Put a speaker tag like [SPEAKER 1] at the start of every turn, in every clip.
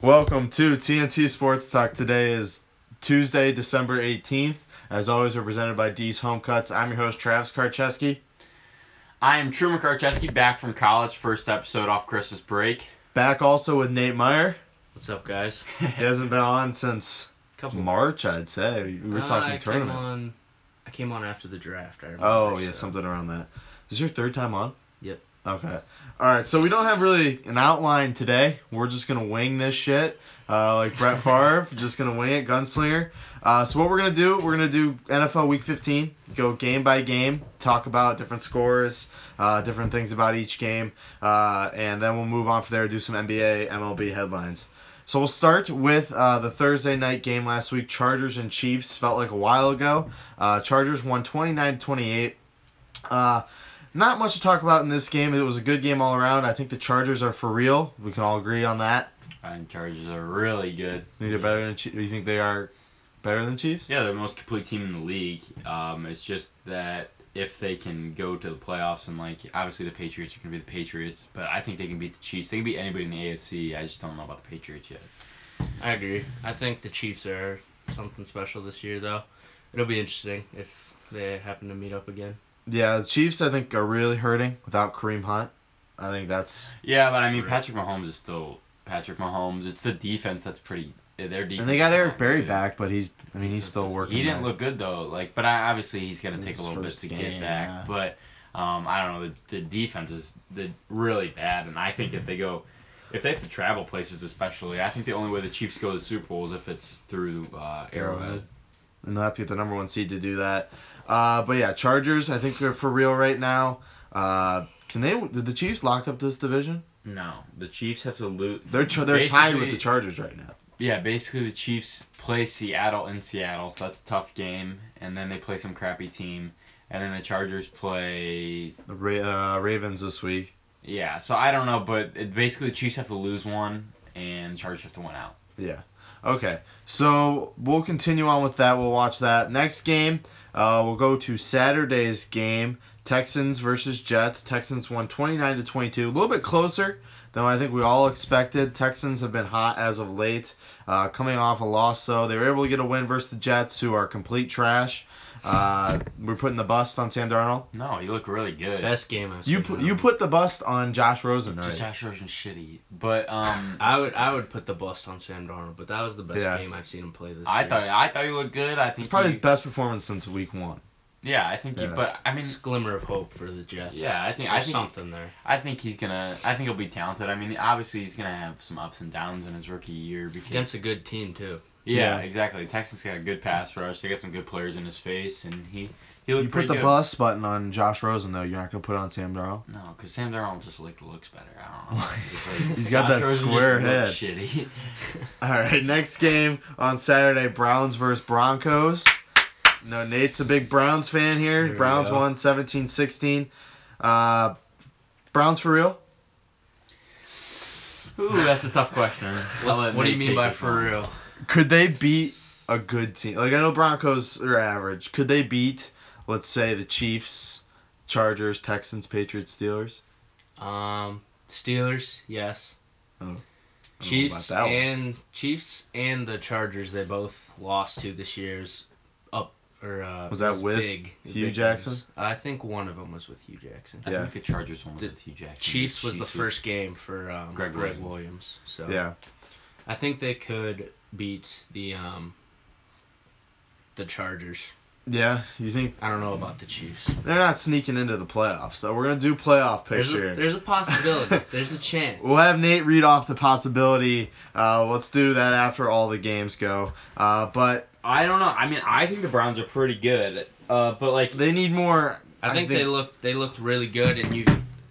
[SPEAKER 1] Welcome to TNT Sports Talk. Today is Tuesday, December 18th. As always, we're presented by D's Home Cuts. I'm your host, Travis Karcheski.
[SPEAKER 2] I am Truman Karcheski, back from college, first episode off Christmas break.
[SPEAKER 1] Back also with Nate Meyer.
[SPEAKER 3] What's up, guys?
[SPEAKER 1] He hasn't been on since
[SPEAKER 3] Couple.
[SPEAKER 1] March, I'd say. We were
[SPEAKER 3] Uh,
[SPEAKER 1] talking
[SPEAKER 3] I Came
[SPEAKER 1] tournament.
[SPEAKER 3] on, I came on after the draft. I remember,
[SPEAKER 1] Oh, yeah,
[SPEAKER 3] so-
[SPEAKER 1] something around that. Is this your third time on?
[SPEAKER 3] Yep.
[SPEAKER 1] Okay. All right, so we don't have really an outline today. We're just going to wing this shit. Uh, like Brett Favre, just going to wing it, gunslinger. Uh, so what we're going to do, we're going to do NFL Week 15, go game by game, talk about different scores, uh, different things about each game, uh, and then we'll move on from there, do some NBA, MLB headlines. So we'll start with uh, the Thursday night game last week, Chargers and Chiefs. Felt like a while ago. Uh, Chargers won 29-28. Uh, not much to talk about in this game. It was a good game all around. I think the Chargers are for real. We can all agree on that.
[SPEAKER 2] And Chargers are really good.
[SPEAKER 1] These are better than Chiefs. You think they are better than Chiefs?
[SPEAKER 2] Mm-hmm. Yeah, they're the most complete team in the league. Um, it's just that if they can go to the playoffs and like obviously the Patriots are gonna be the Patriots, but I think they can beat the Chiefs. They can beat anybody in the AFC. I just don't know about the Patriots yet.
[SPEAKER 3] I agree. I think the Chiefs are something special this year, though. It'll be interesting if they happen to meet up again.
[SPEAKER 1] Yeah, the Chiefs I think are really hurting without Kareem Hunt. I think that's.
[SPEAKER 2] Yeah, but I mean
[SPEAKER 3] Right.
[SPEAKER 2] Patrick Mahomes is still Patrick Mahomes. It's the defense that's pretty. Their defense.
[SPEAKER 1] And they got
[SPEAKER 2] is
[SPEAKER 1] Eric
[SPEAKER 2] not
[SPEAKER 1] Berry
[SPEAKER 2] good.
[SPEAKER 1] back, but he's. I mean, he's still working.
[SPEAKER 2] He didn't
[SPEAKER 1] there.
[SPEAKER 2] look good though. Like, but I, obviously he's gonna
[SPEAKER 1] This
[SPEAKER 2] take a
[SPEAKER 1] is
[SPEAKER 2] little bit
[SPEAKER 1] first
[SPEAKER 2] to
[SPEAKER 1] game,
[SPEAKER 2] get back.
[SPEAKER 1] yeah.
[SPEAKER 2] But um, I don't know. The, the defense is the, really bad, and I think if they go, if they have to travel places, especially, I think the only way the Chiefs go to the Super Bowl is if it's through uh, Arrowhead.
[SPEAKER 1] Arrowhead. and they'll have to get the number one seed to do that. Uh, but yeah, Chargers. I think they're for real right now. Uh, can they? Did the Chiefs lock up this division?
[SPEAKER 2] No, the Chiefs have to lose.
[SPEAKER 1] They're ch- they're tied with
[SPEAKER 2] Basically-
[SPEAKER 1] the Chargers right now.
[SPEAKER 2] Yeah, basically the Chiefs play Seattle in Seattle, so that's a tough game, and then they play some crappy team, and then the Chargers play
[SPEAKER 1] The Ra- uh, Ravens this week.
[SPEAKER 2] Yeah, so I don't know, but it, basically the Chiefs have to lose one and Chargers have to win out.
[SPEAKER 1] Yeah. Okay. So we'll continue on with that. We'll watch that next game. Uh, we'll go to Saturday's game: Texans versus Jets. Texans won 29 to 22. A little bit closer than I think we all expected. Texans have been hot as of late, uh, coming off a loss, so they were able to get a win versus the Jets, who are complete trash. Uh, we're putting the bust on Sam Darnold.
[SPEAKER 2] No, you look really good.
[SPEAKER 3] Best game I've
[SPEAKER 1] You
[SPEAKER 3] seen
[SPEAKER 1] put,
[SPEAKER 3] in a
[SPEAKER 1] you
[SPEAKER 3] while.
[SPEAKER 1] put the bust on Josh Rosen,
[SPEAKER 2] Just
[SPEAKER 1] right?
[SPEAKER 2] Josh Rosen shitty, but um,
[SPEAKER 3] I would I would put the bust on Sam Darnold, but that was the best
[SPEAKER 1] Yeah.
[SPEAKER 3] game I've seen him play this
[SPEAKER 2] I
[SPEAKER 3] year.
[SPEAKER 2] thought I thought he looked good. I think
[SPEAKER 1] It's probably
[SPEAKER 2] he-
[SPEAKER 1] his best performance since week one.
[SPEAKER 2] yeah, I think he.
[SPEAKER 1] Yeah.
[SPEAKER 2] But I
[SPEAKER 3] I
[SPEAKER 2] mean,
[SPEAKER 3] mean, glimmer of hope for the Jets.
[SPEAKER 2] yeah, I think I
[SPEAKER 3] There's
[SPEAKER 2] think
[SPEAKER 3] something there.
[SPEAKER 2] I think he's gonna. I think he'll be talented. I mean, obviously he's gonna have some ups and downs in his rookie year because
[SPEAKER 3] Against a good team too.
[SPEAKER 2] yeah,
[SPEAKER 1] Yeah.
[SPEAKER 2] exactly. Texans got a good pass rush. They got some good players in his face, and he he looked
[SPEAKER 1] You put
[SPEAKER 2] pretty
[SPEAKER 1] the
[SPEAKER 2] good.
[SPEAKER 1] bust button on Josh Rosen though. You're not gonna put it on Sam Darnold.
[SPEAKER 2] No, because Sam Darnold just like looks better. I don't know.
[SPEAKER 1] He's got that
[SPEAKER 2] Rosen just
[SPEAKER 1] square
[SPEAKER 2] looks Shitty.
[SPEAKER 1] All right, next game on Saturday, Browns versus Broncos. No, Nate's a big Browns fan here.
[SPEAKER 3] Here we
[SPEAKER 1] Browns
[SPEAKER 3] go.
[SPEAKER 1] won 17-16. Uh, Browns for real?
[SPEAKER 2] Ooh, that's a tough question. I'll
[SPEAKER 3] What's-
[SPEAKER 2] let
[SPEAKER 3] what do you
[SPEAKER 2] Nate
[SPEAKER 3] mean
[SPEAKER 2] take
[SPEAKER 3] by
[SPEAKER 2] this
[SPEAKER 3] for
[SPEAKER 2] one.
[SPEAKER 3] real?
[SPEAKER 1] Could they beat a good team? Like I know Broncos are average. Could they beat, let's say, the Chiefs, Chargers, Texans, Patriots, Steelers?
[SPEAKER 3] Um, Steelers, yes.
[SPEAKER 1] Oh. I don't know
[SPEAKER 3] Chiefs
[SPEAKER 1] about that one.
[SPEAKER 3] and Chiefs and the Chargers, they both lost to this year's up or uh,
[SPEAKER 1] Was that with
[SPEAKER 3] big,
[SPEAKER 1] Hugh
[SPEAKER 3] big
[SPEAKER 1] Jackson?
[SPEAKER 3] wins. I think one of them was with Hugh Jackson.
[SPEAKER 2] I
[SPEAKER 1] Yeah.
[SPEAKER 2] think the Chargers one was
[SPEAKER 3] The
[SPEAKER 2] with Hugh Jackson.
[SPEAKER 3] Chiefs was the
[SPEAKER 2] Chiefs
[SPEAKER 3] first game for um,
[SPEAKER 2] Greg
[SPEAKER 3] Greg,
[SPEAKER 2] Williams.
[SPEAKER 3] Williams. So
[SPEAKER 1] Yeah.
[SPEAKER 3] I think they could beat the um, the Chargers.
[SPEAKER 1] Yeah. You think
[SPEAKER 3] I don't know about the Chiefs.
[SPEAKER 1] they're not sneaking into the playoffs? So we're gonna do playoff
[SPEAKER 3] There's
[SPEAKER 1] picks
[SPEAKER 3] a,
[SPEAKER 1] here.
[SPEAKER 3] there's a possibility. there's a chance.
[SPEAKER 1] We'll have Nate read off the possibility. Uh, let's do that after all the games go. Uh, but
[SPEAKER 2] I don't know. I mean, I think the Browns are pretty good. Uh, but like,
[SPEAKER 1] they need more.
[SPEAKER 3] I think, they looked they looked really good, and you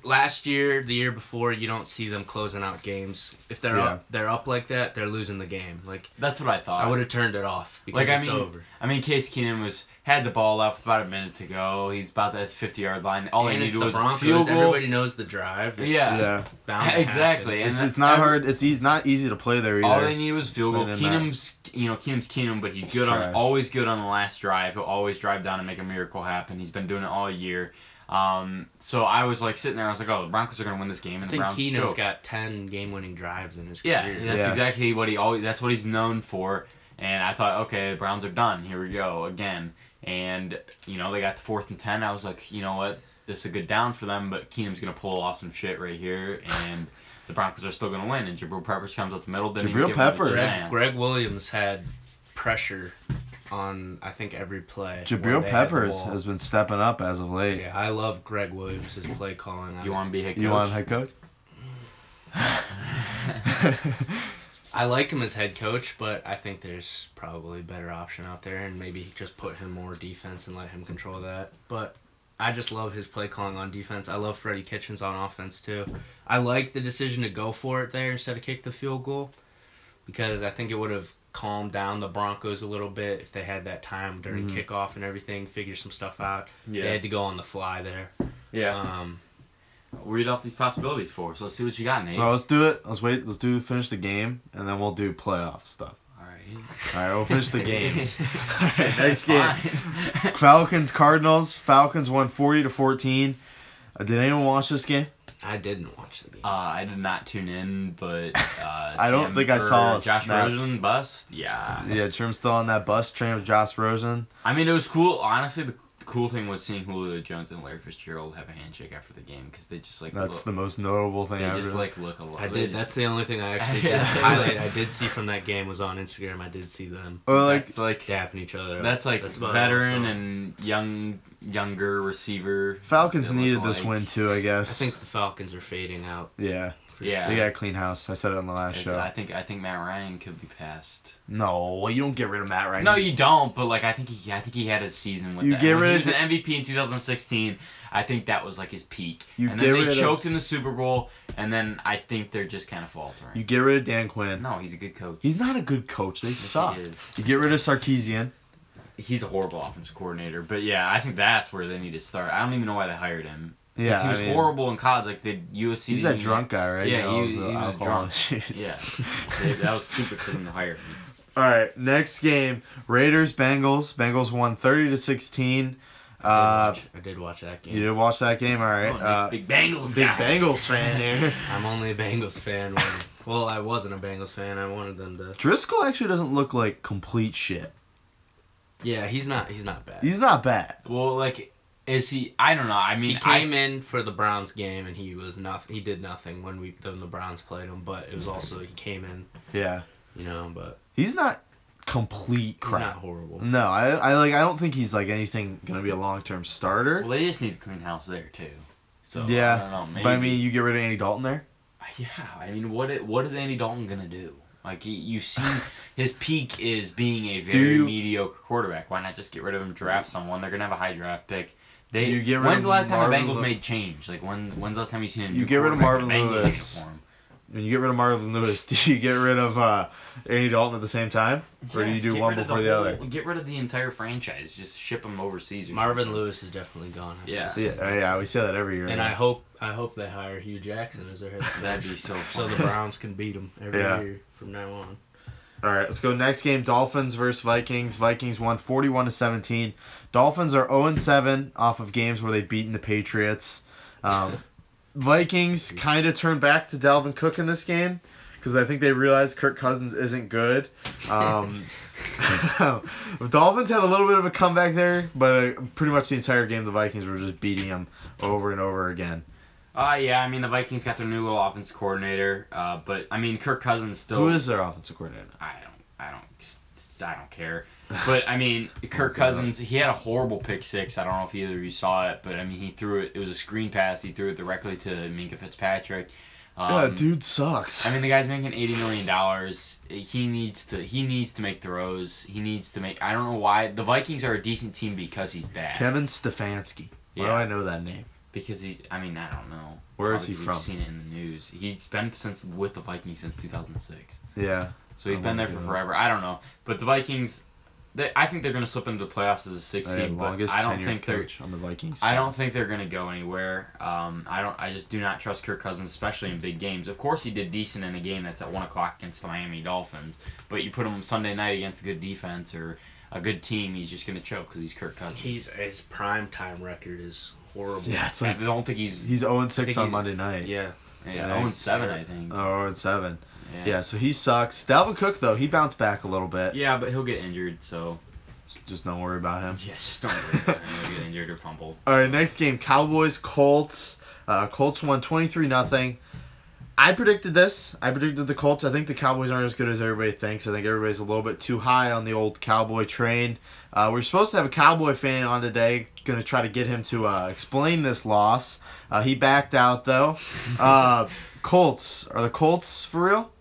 [SPEAKER 3] last year, the year before, you don't see them closing out games. If they're
[SPEAKER 1] Yeah.
[SPEAKER 3] up, they're up like that, they're losing the game. Like
[SPEAKER 2] that's what I thought.
[SPEAKER 3] I would have turned it off because
[SPEAKER 2] Uh, Like, I
[SPEAKER 3] it's
[SPEAKER 2] mean,
[SPEAKER 3] over.
[SPEAKER 2] I mean, Case Keenan was had the ball left about a minute to go. He's about that 50 yard line. All
[SPEAKER 3] and
[SPEAKER 2] they
[SPEAKER 3] it's
[SPEAKER 2] needed
[SPEAKER 3] the
[SPEAKER 2] was
[SPEAKER 3] Broncos.
[SPEAKER 2] a field goal.
[SPEAKER 3] Everybody knows the drive. It's
[SPEAKER 2] Yeah.
[SPEAKER 1] Yeah,
[SPEAKER 3] bound to
[SPEAKER 2] Exactly.
[SPEAKER 3] happen.
[SPEAKER 1] it's,
[SPEAKER 2] And
[SPEAKER 1] it's not
[SPEAKER 2] every-
[SPEAKER 1] hard. It's he's not easy to play there either.
[SPEAKER 2] All they needed was field goal.
[SPEAKER 1] Other than that.
[SPEAKER 2] Keenum's, you know, Keenum's Keenum, but he's good
[SPEAKER 1] Trash.
[SPEAKER 2] on, always good on the last drive. He'll always drive down and make a miracle happen. He's been doing it all year. Um, so I was like sitting there, I was like, oh, the Broncos are gonna win this game, and
[SPEAKER 3] I
[SPEAKER 2] the
[SPEAKER 3] think
[SPEAKER 2] Browns.
[SPEAKER 3] Keenum's
[SPEAKER 2] choke.
[SPEAKER 3] got 10 game winning drives in his
[SPEAKER 2] Yeah,
[SPEAKER 3] career.
[SPEAKER 2] and that's
[SPEAKER 1] Yeah.
[SPEAKER 2] exactly what he always. That's what he's known for. And I thought, okay, the Browns are done. Here we go again. And you know they got the fourth and ten. I was like, you know what, this is a good down for them. But Keenum's gonna pull off some shit right here, and the Broncos are still gonna win. And Jabril Peppers comes up the middle. Didn't even
[SPEAKER 1] Jabril
[SPEAKER 2] give him a
[SPEAKER 1] Peppers.
[SPEAKER 3] Greg,
[SPEAKER 2] chance.
[SPEAKER 3] Greg Williams had pressure on I think every play. where
[SPEAKER 1] Jabril
[SPEAKER 3] they had the
[SPEAKER 1] Peppers
[SPEAKER 3] ball.
[SPEAKER 1] has been stepping up as of late.
[SPEAKER 3] Yeah, I love Greg Williams his play calling.
[SPEAKER 2] You
[SPEAKER 3] I,
[SPEAKER 2] want to be head coach?
[SPEAKER 1] You want head coach?
[SPEAKER 3] I like him as head coach, but I think there's probably a better option out there, and maybe just put him more defense and let him control that. But I just love his play calling on defense. I love Freddie Kitchens on offense too. I like the decision to go for it there instead of kick the field goal, because I think it would have calmed down the Broncos a little bit if they had that time during
[SPEAKER 1] Mhm.
[SPEAKER 3] kickoff and everything, figure some stuff out. They
[SPEAKER 2] Yeah.
[SPEAKER 3] had to go on the fly there.
[SPEAKER 2] Yeah.
[SPEAKER 3] Um,
[SPEAKER 2] Read off these possibilities for us. Let's see what you got, Nate.
[SPEAKER 1] Well, let's do it. Let's wait. Let's do finish the game, and then we'll do playoff stuff.
[SPEAKER 2] All right.
[SPEAKER 1] All right, we'll finish the games. All right, next game.
[SPEAKER 2] Fine.
[SPEAKER 1] Falcons Cardinals. Falcons won 40 to 14. Uh, did anyone watch this game?
[SPEAKER 3] I didn't watch the game.
[SPEAKER 2] Uh, I did not tune in, but uh,
[SPEAKER 1] I don't
[SPEAKER 2] Sam-
[SPEAKER 1] think I
[SPEAKER 2] or
[SPEAKER 1] saw a
[SPEAKER 2] Josh
[SPEAKER 1] snap.
[SPEAKER 2] Rosen bust. Yeah,
[SPEAKER 1] Yeah, Trim's still on that bus train with Josh Rosen.
[SPEAKER 2] I mean it was cool. Honestly, the, the cool thing was seeing Julio Jones and Larry Fitzgerald have a handshake after the game because they just like
[SPEAKER 1] That's the
[SPEAKER 2] look,
[SPEAKER 1] most notable thing
[SPEAKER 2] they
[SPEAKER 1] I've
[SPEAKER 2] just
[SPEAKER 1] really-
[SPEAKER 2] like look alike.
[SPEAKER 3] I
[SPEAKER 2] They
[SPEAKER 3] did. That's
[SPEAKER 2] just-
[SPEAKER 3] the only thing I actually
[SPEAKER 2] Yeah.
[SPEAKER 3] did. The highlight I did see from that game was on Instagram. I did see them
[SPEAKER 1] Well, like
[SPEAKER 2] that's like
[SPEAKER 3] dapping each other. up.
[SPEAKER 2] that's like
[SPEAKER 3] about
[SPEAKER 2] veteran
[SPEAKER 3] it, so.
[SPEAKER 2] and young younger receiver.
[SPEAKER 1] Falcons
[SPEAKER 2] They look
[SPEAKER 1] needed this
[SPEAKER 2] alike.
[SPEAKER 1] win too, I
[SPEAKER 3] I
[SPEAKER 1] guess.
[SPEAKER 3] think the Falcons are fading out.
[SPEAKER 1] yeah,
[SPEAKER 3] for
[SPEAKER 2] Yeah.
[SPEAKER 1] they got a clean house. I said it on the last
[SPEAKER 2] It's-
[SPEAKER 1] show.
[SPEAKER 2] I think I think Matt Ryan could be passed.
[SPEAKER 1] No, you don't get rid of Matt right
[SPEAKER 2] No,
[SPEAKER 1] now.
[SPEAKER 2] you don't. But like, I think he, I think he had his season with.
[SPEAKER 1] You
[SPEAKER 2] that.
[SPEAKER 1] get
[SPEAKER 2] When
[SPEAKER 1] rid
[SPEAKER 2] he
[SPEAKER 1] of
[SPEAKER 2] was
[SPEAKER 1] the-
[SPEAKER 2] an MVP in 2016. I think that was like his peak.
[SPEAKER 1] You
[SPEAKER 2] and
[SPEAKER 1] get
[SPEAKER 2] then they
[SPEAKER 1] rid of-
[SPEAKER 2] choked in the Super Bowl, and then I think they're just kind of faltering.
[SPEAKER 1] You get rid of Dan Quinn.
[SPEAKER 2] No, he's a good coach.
[SPEAKER 1] He's not a good coach. They
[SPEAKER 2] Yes, he
[SPEAKER 1] suck.
[SPEAKER 2] is.
[SPEAKER 1] You get rid of Sarkeesian.
[SPEAKER 2] He's a horrible offense coordinator. But yeah, I think that's where they need to start. I don't even know why they hired him. 'Cause
[SPEAKER 1] Yeah,
[SPEAKER 2] he was
[SPEAKER 1] I mean,
[SPEAKER 2] horrible in college. Like the USC.
[SPEAKER 1] He's
[SPEAKER 2] didn't
[SPEAKER 1] that
[SPEAKER 2] even-
[SPEAKER 1] drunk guy, right?
[SPEAKER 2] Yeah,
[SPEAKER 1] You know,
[SPEAKER 2] he
[SPEAKER 1] all
[SPEAKER 2] was-
[SPEAKER 1] the
[SPEAKER 2] he was
[SPEAKER 1] alcohol
[SPEAKER 2] drunk.
[SPEAKER 1] and shit.
[SPEAKER 2] Yeah, They- that was stupid for them to hire him.
[SPEAKER 1] All right, next game: Raiders Bengals. Bengals won 30 to 16.
[SPEAKER 3] I
[SPEAKER 1] Uh,
[SPEAKER 3] did, watch, I did watch that game.
[SPEAKER 1] you did watch that game, all right?
[SPEAKER 2] Oh, Nate's
[SPEAKER 1] uh,
[SPEAKER 2] big Bengals
[SPEAKER 1] big
[SPEAKER 2] guy.
[SPEAKER 1] Bengals fan here.
[SPEAKER 3] I'm only a Bengals fan. When, well, I wasn't a Bengals fan. I wanted them to.
[SPEAKER 1] Driscoll actually doesn't look like complete shit.
[SPEAKER 3] Yeah, he's not. He's not bad.
[SPEAKER 1] He's not bad.
[SPEAKER 2] Well, like, is he? I don't know. I mean,
[SPEAKER 3] he
[SPEAKER 2] I-
[SPEAKER 3] came in for the Browns game and he was nothing. He did nothing when we when the Browns played him. But it was also he came in,
[SPEAKER 1] Yeah,
[SPEAKER 3] you know. But
[SPEAKER 1] he's not complete
[SPEAKER 3] he's
[SPEAKER 1] crap. Mm,
[SPEAKER 3] not horrible.
[SPEAKER 1] No, I, I like I don't think he's like anything gonna be a long term starter.
[SPEAKER 2] Well, they just need to clean house there too. So
[SPEAKER 1] Yeah,
[SPEAKER 2] I don't know. Maybe.
[SPEAKER 1] But I mean, you get rid of Andy Dalton there.
[SPEAKER 2] yeah, I mean, what i- what is Andy Dalton gonna do? Like he, you see, his peak is being a very
[SPEAKER 1] you-
[SPEAKER 2] mediocre quarterback. Why not just get rid of him, draft someone? They're gonna have a high draft pick. They,
[SPEAKER 1] You get rid
[SPEAKER 2] when's
[SPEAKER 1] of
[SPEAKER 2] the last time the
[SPEAKER 1] Marvin
[SPEAKER 2] Bengals
[SPEAKER 1] Lew-
[SPEAKER 2] made change? Like when when's the last time you seen a new
[SPEAKER 1] You get rid of
[SPEAKER 2] quarterback in a
[SPEAKER 1] Marvin
[SPEAKER 2] Bengals
[SPEAKER 1] Lewis.
[SPEAKER 2] uniform?
[SPEAKER 1] When you get rid of Marvin Lewis, do you get rid of uh, Andy Dalton at the same time, or do you
[SPEAKER 2] Yes,
[SPEAKER 1] do
[SPEAKER 2] get
[SPEAKER 1] one
[SPEAKER 2] rid of
[SPEAKER 1] before the,
[SPEAKER 2] whole-
[SPEAKER 1] other?
[SPEAKER 2] Get rid of the entire franchise. Just ship them overseas. Or
[SPEAKER 3] Marvin
[SPEAKER 2] something.
[SPEAKER 3] Lewis is definitely gone. after
[SPEAKER 2] Yeah.
[SPEAKER 3] this
[SPEAKER 1] Yeah,
[SPEAKER 3] season.
[SPEAKER 1] yeah, we say that every year.
[SPEAKER 3] And I hope I hope they hire Hugh Jackson as their head coach.
[SPEAKER 2] That'd be so
[SPEAKER 3] so
[SPEAKER 2] fun.
[SPEAKER 3] the Browns can beat him every
[SPEAKER 1] Yeah.
[SPEAKER 3] year from now on.
[SPEAKER 1] All right, let's go. Next game: Dolphins versus Vikings. Vikings won 41 to 17. Dolphins are 0 and 7 off of games where they've beaten the Patriots. Um, Vikings kind of turned back to Dalvin Cook in this game because I think they realized Kirk Cousins isn't good. Um, the Dolphins had a little bit of a comeback there, but uh, pretty much the entire game the Vikings were just beating them over and over again.
[SPEAKER 2] Uh, yeah, I mean the Vikings got their new little offense coordinator, uh, but I mean Kirk Cousins still.
[SPEAKER 1] Who is their offensive coordinator?
[SPEAKER 2] I don't, I don't, s- s- I don't care. But I mean, Kirk Cousins, he had a horrible pick six. I don't know if either of you saw it, but I mean, he threw it. It was a screen pass. He threw it directly to Minka Fitzpatrick. Um,
[SPEAKER 1] yeah, dude sucks.
[SPEAKER 2] I mean, the guy's making eighty million dollars. He needs to. He needs to make throws. He needs to make. I don't know why the Vikings are a decent team because he's bad.
[SPEAKER 1] Kevin Stefanski. Why
[SPEAKER 2] Yeah.
[SPEAKER 1] do I know that name?
[SPEAKER 2] Because he's. I mean, I don't know.
[SPEAKER 1] Where is he
[SPEAKER 2] Probably
[SPEAKER 1] from?
[SPEAKER 2] We've seen it in the news. He's been since with the Vikings since two thousand six.
[SPEAKER 1] Yeah.
[SPEAKER 2] So he's
[SPEAKER 1] I
[SPEAKER 2] been there
[SPEAKER 1] wouldn't
[SPEAKER 2] for
[SPEAKER 1] do that.
[SPEAKER 2] forever. I don't know, but the Vikings, they, I think they're gonna slip into the playoffs as a six
[SPEAKER 1] They had
[SPEAKER 2] seed. But
[SPEAKER 1] longest
[SPEAKER 2] I don't
[SPEAKER 1] tenured
[SPEAKER 2] think they're.
[SPEAKER 1] coach on the Vikings.
[SPEAKER 2] I don't think they're gonna go anywhere. Um, I don't. I just do not trust Kirk Cousins, especially in big games. Of course, he did decent in a game that's at one o'clock against the Miami Dolphins, but you put him Sunday night against a good defense, or a good team, he's just gonna choke because he's Kirk Cousins.
[SPEAKER 3] He's his prime time record is horrible.
[SPEAKER 1] Yeah, it's
[SPEAKER 2] I
[SPEAKER 1] like
[SPEAKER 2] don't think he's
[SPEAKER 1] he's 0 6
[SPEAKER 2] think
[SPEAKER 1] on
[SPEAKER 2] he's-
[SPEAKER 1] Monday night. Oh,
[SPEAKER 3] Yeah.
[SPEAKER 2] yeah,
[SPEAKER 1] Yeah.
[SPEAKER 2] 0 7, I think.
[SPEAKER 1] Or 0 7. Uh, Yeah, so he sucks. Dalvin Cook though, he bounced back a little bit.
[SPEAKER 2] Yeah, but he'll get injured, so
[SPEAKER 1] Just don't worry about him.
[SPEAKER 2] yeah, just don't worry about him. He'll get injured or fumble.
[SPEAKER 1] All right, next game Cowboys Colts. Uh, Colts won 23 nothing. I predicted this. I predicted the Colts. I think the Cowboys aren't as good as everybody thinks. I think everybody's a little bit too high on the old Cowboy train. Uh, we're supposed to have a Cowboy fan on today. Going to try to get him to uh, explain this loss. Uh, he backed out though. Uh, Colts are the Colts for real?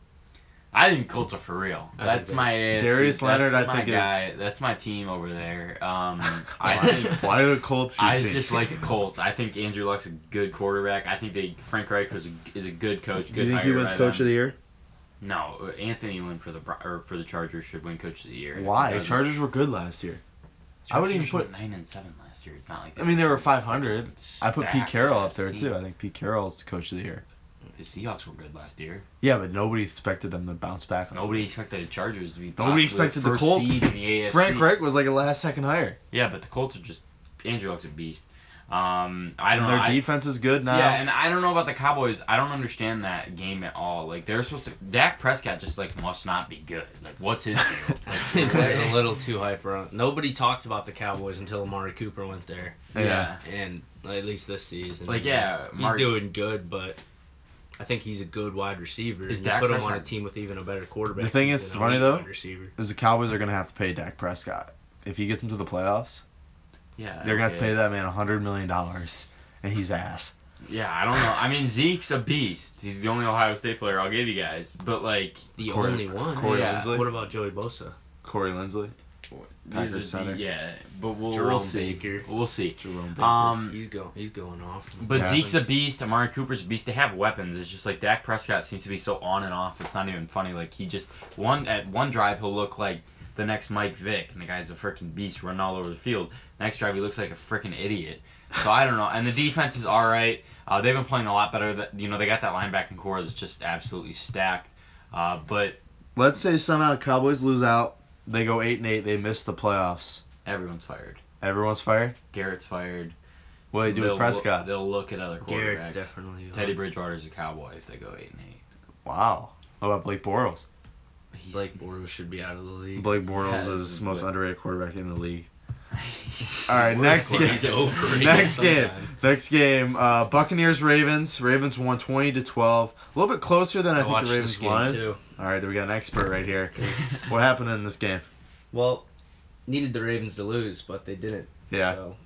[SPEAKER 2] I think Colts are for real.
[SPEAKER 3] I
[SPEAKER 2] That's
[SPEAKER 3] think
[SPEAKER 2] my
[SPEAKER 1] Darius
[SPEAKER 2] that's
[SPEAKER 1] Leonard, I
[SPEAKER 2] my
[SPEAKER 1] think, is-
[SPEAKER 2] guy. That's my team over there. Um, I
[SPEAKER 1] Why,
[SPEAKER 2] think.
[SPEAKER 1] why are the Colts? your
[SPEAKER 2] I
[SPEAKER 1] team?
[SPEAKER 2] just like the Colts. I think Andrew Luck's a good quarterback. I think they Frank Reich was a, is a good coach. Good
[SPEAKER 1] Do you think he
[SPEAKER 2] hire
[SPEAKER 1] wins
[SPEAKER 2] by
[SPEAKER 1] Coach of
[SPEAKER 2] them.
[SPEAKER 1] the Year?
[SPEAKER 2] No, uh, Anthony Lynn for the Bro- or for the Chargers should win Coach of the Year.
[SPEAKER 1] Why?
[SPEAKER 2] Doesn't-
[SPEAKER 1] Chargers were good last year. I wouldn't even
[SPEAKER 2] Chargers
[SPEAKER 1] put-
[SPEAKER 2] went nine and seven last year. It's not like
[SPEAKER 1] I mean, they were 500. I put Pete
[SPEAKER 2] stacked
[SPEAKER 1] Carroll up
[SPEAKER 2] last
[SPEAKER 1] there
[SPEAKER 2] team.
[SPEAKER 1] too. I think Pete Carroll's coach of the year.
[SPEAKER 2] The Seahawks were good last year.
[SPEAKER 1] Yeah, but nobody expected them to bounce back. on
[SPEAKER 2] Nobody expected the Chargers to be.
[SPEAKER 1] Nobody
[SPEAKER 2] possibly
[SPEAKER 1] expected the
[SPEAKER 2] first
[SPEAKER 1] Colts.
[SPEAKER 2] seed in the AFC.
[SPEAKER 1] Frank Reich was like a last second hire.
[SPEAKER 2] Yeah, but the Colts are just Andrew Luck's a beast. Um, I
[SPEAKER 1] and
[SPEAKER 2] don't know.
[SPEAKER 1] their
[SPEAKER 2] I-
[SPEAKER 1] defense is good now.
[SPEAKER 2] Yeah, and I don't know about the Cowboys. I don't understand that game at all. Like they're supposed to. Dak Prescott just like must not be good. Like what's his deal?
[SPEAKER 3] I think that's a little too hype around. Nobody talked about the Cowboys until Amari Cooper went there,
[SPEAKER 1] Yeah.
[SPEAKER 3] and at least this season.
[SPEAKER 2] Like yeah,
[SPEAKER 3] he's
[SPEAKER 2] Mark,
[SPEAKER 3] doing good, but I think he's a good wide receiver.
[SPEAKER 2] Is
[SPEAKER 3] and you
[SPEAKER 2] Dak
[SPEAKER 3] put him on
[SPEAKER 2] Prescott-
[SPEAKER 3] a team with even a better quarterback.
[SPEAKER 1] The thing
[SPEAKER 3] he's
[SPEAKER 1] is,
[SPEAKER 3] an
[SPEAKER 1] funny
[SPEAKER 3] elite
[SPEAKER 1] though-
[SPEAKER 3] wide receiver.
[SPEAKER 1] Is the Cowboys are gonna have to pay Dak Prescott if he gets them to the playoffs.
[SPEAKER 2] yeah.
[SPEAKER 1] They're gonna have to
[SPEAKER 2] okay.
[SPEAKER 1] pay that man hundred million dollars, and he's ass.
[SPEAKER 2] Yeah, I don't know. I mean Zeke's a beast. He's the only Ohio State player I'll give you guys. But like
[SPEAKER 3] The
[SPEAKER 1] Corey-
[SPEAKER 3] only one.
[SPEAKER 1] Corey
[SPEAKER 2] Yeah.
[SPEAKER 1] Lindsley.
[SPEAKER 3] What about Joey Bosa?
[SPEAKER 1] Corey Lindsley. Packers
[SPEAKER 2] these are the-
[SPEAKER 1] center.
[SPEAKER 2] yeah, but we'll, we'll
[SPEAKER 3] Jerome
[SPEAKER 2] see.
[SPEAKER 3] Baker.
[SPEAKER 2] We'll see.
[SPEAKER 1] Jerome Baker.
[SPEAKER 2] Um,
[SPEAKER 3] He's go. He's going off.
[SPEAKER 2] But
[SPEAKER 1] Yeah.
[SPEAKER 2] Zeke's a beast. Amari Cooper's a beast. They have weapons. It's just like Dak Prescott seems to be so on and off. It's not even funny. Like he just one at one drive he'll look like the next Mike Vick, and the guy's a freaking beast running all over the field. Next drive he looks like a freaking idiot. So I don't know. And the defense is all right. Uh, they've been playing a lot better. That you know they got that linebacking core that's just absolutely stacked. Uh, but
[SPEAKER 1] Let's say somehow Cowboys lose out. They go eight and eight. They miss the playoffs.
[SPEAKER 2] everyone's fired.
[SPEAKER 1] Everyone's fired.
[SPEAKER 2] Garrett's fired.
[SPEAKER 1] What do they do
[SPEAKER 2] They'll
[SPEAKER 1] with
[SPEAKER 2] loo-
[SPEAKER 1] Prescott?
[SPEAKER 2] they'll look at other
[SPEAKER 3] Garrett's
[SPEAKER 2] quarterbacks.
[SPEAKER 3] definitely.
[SPEAKER 2] Teddy
[SPEAKER 3] on.
[SPEAKER 2] Bridgewater's a cowboy if they go eight and eight.
[SPEAKER 1] wow. What about Blake Bortles?
[SPEAKER 2] He's,
[SPEAKER 3] Blake Bortles should be out of the league.
[SPEAKER 1] Blake Bortles
[SPEAKER 2] Yeah,
[SPEAKER 1] is the most
[SPEAKER 2] but-
[SPEAKER 1] underrated quarterback in the league. All right, next
[SPEAKER 3] Worst
[SPEAKER 1] game.
[SPEAKER 3] he's overrated
[SPEAKER 1] Next game.
[SPEAKER 3] sometimes.
[SPEAKER 1] Next game. Uh, Buccaneers Ravens. Ravens won 20 to 12. A little bit closer than I,
[SPEAKER 3] I
[SPEAKER 1] think
[SPEAKER 3] watched
[SPEAKER 1] the
[SPEAKER 3] this
[SPEAKER 1] Ravens
[SPEAKER 3] game
[SPEAKER 1] wanted.
[SPEAKER 3] too.
[SPEAKER 1] All right, then we got an expert right here. what happened in this game?
[SPEAKER 3] Well, needed the Ravens to lose, but they didn't.
[SPEAKER 1] Yeah.
[SPEAKER 3] So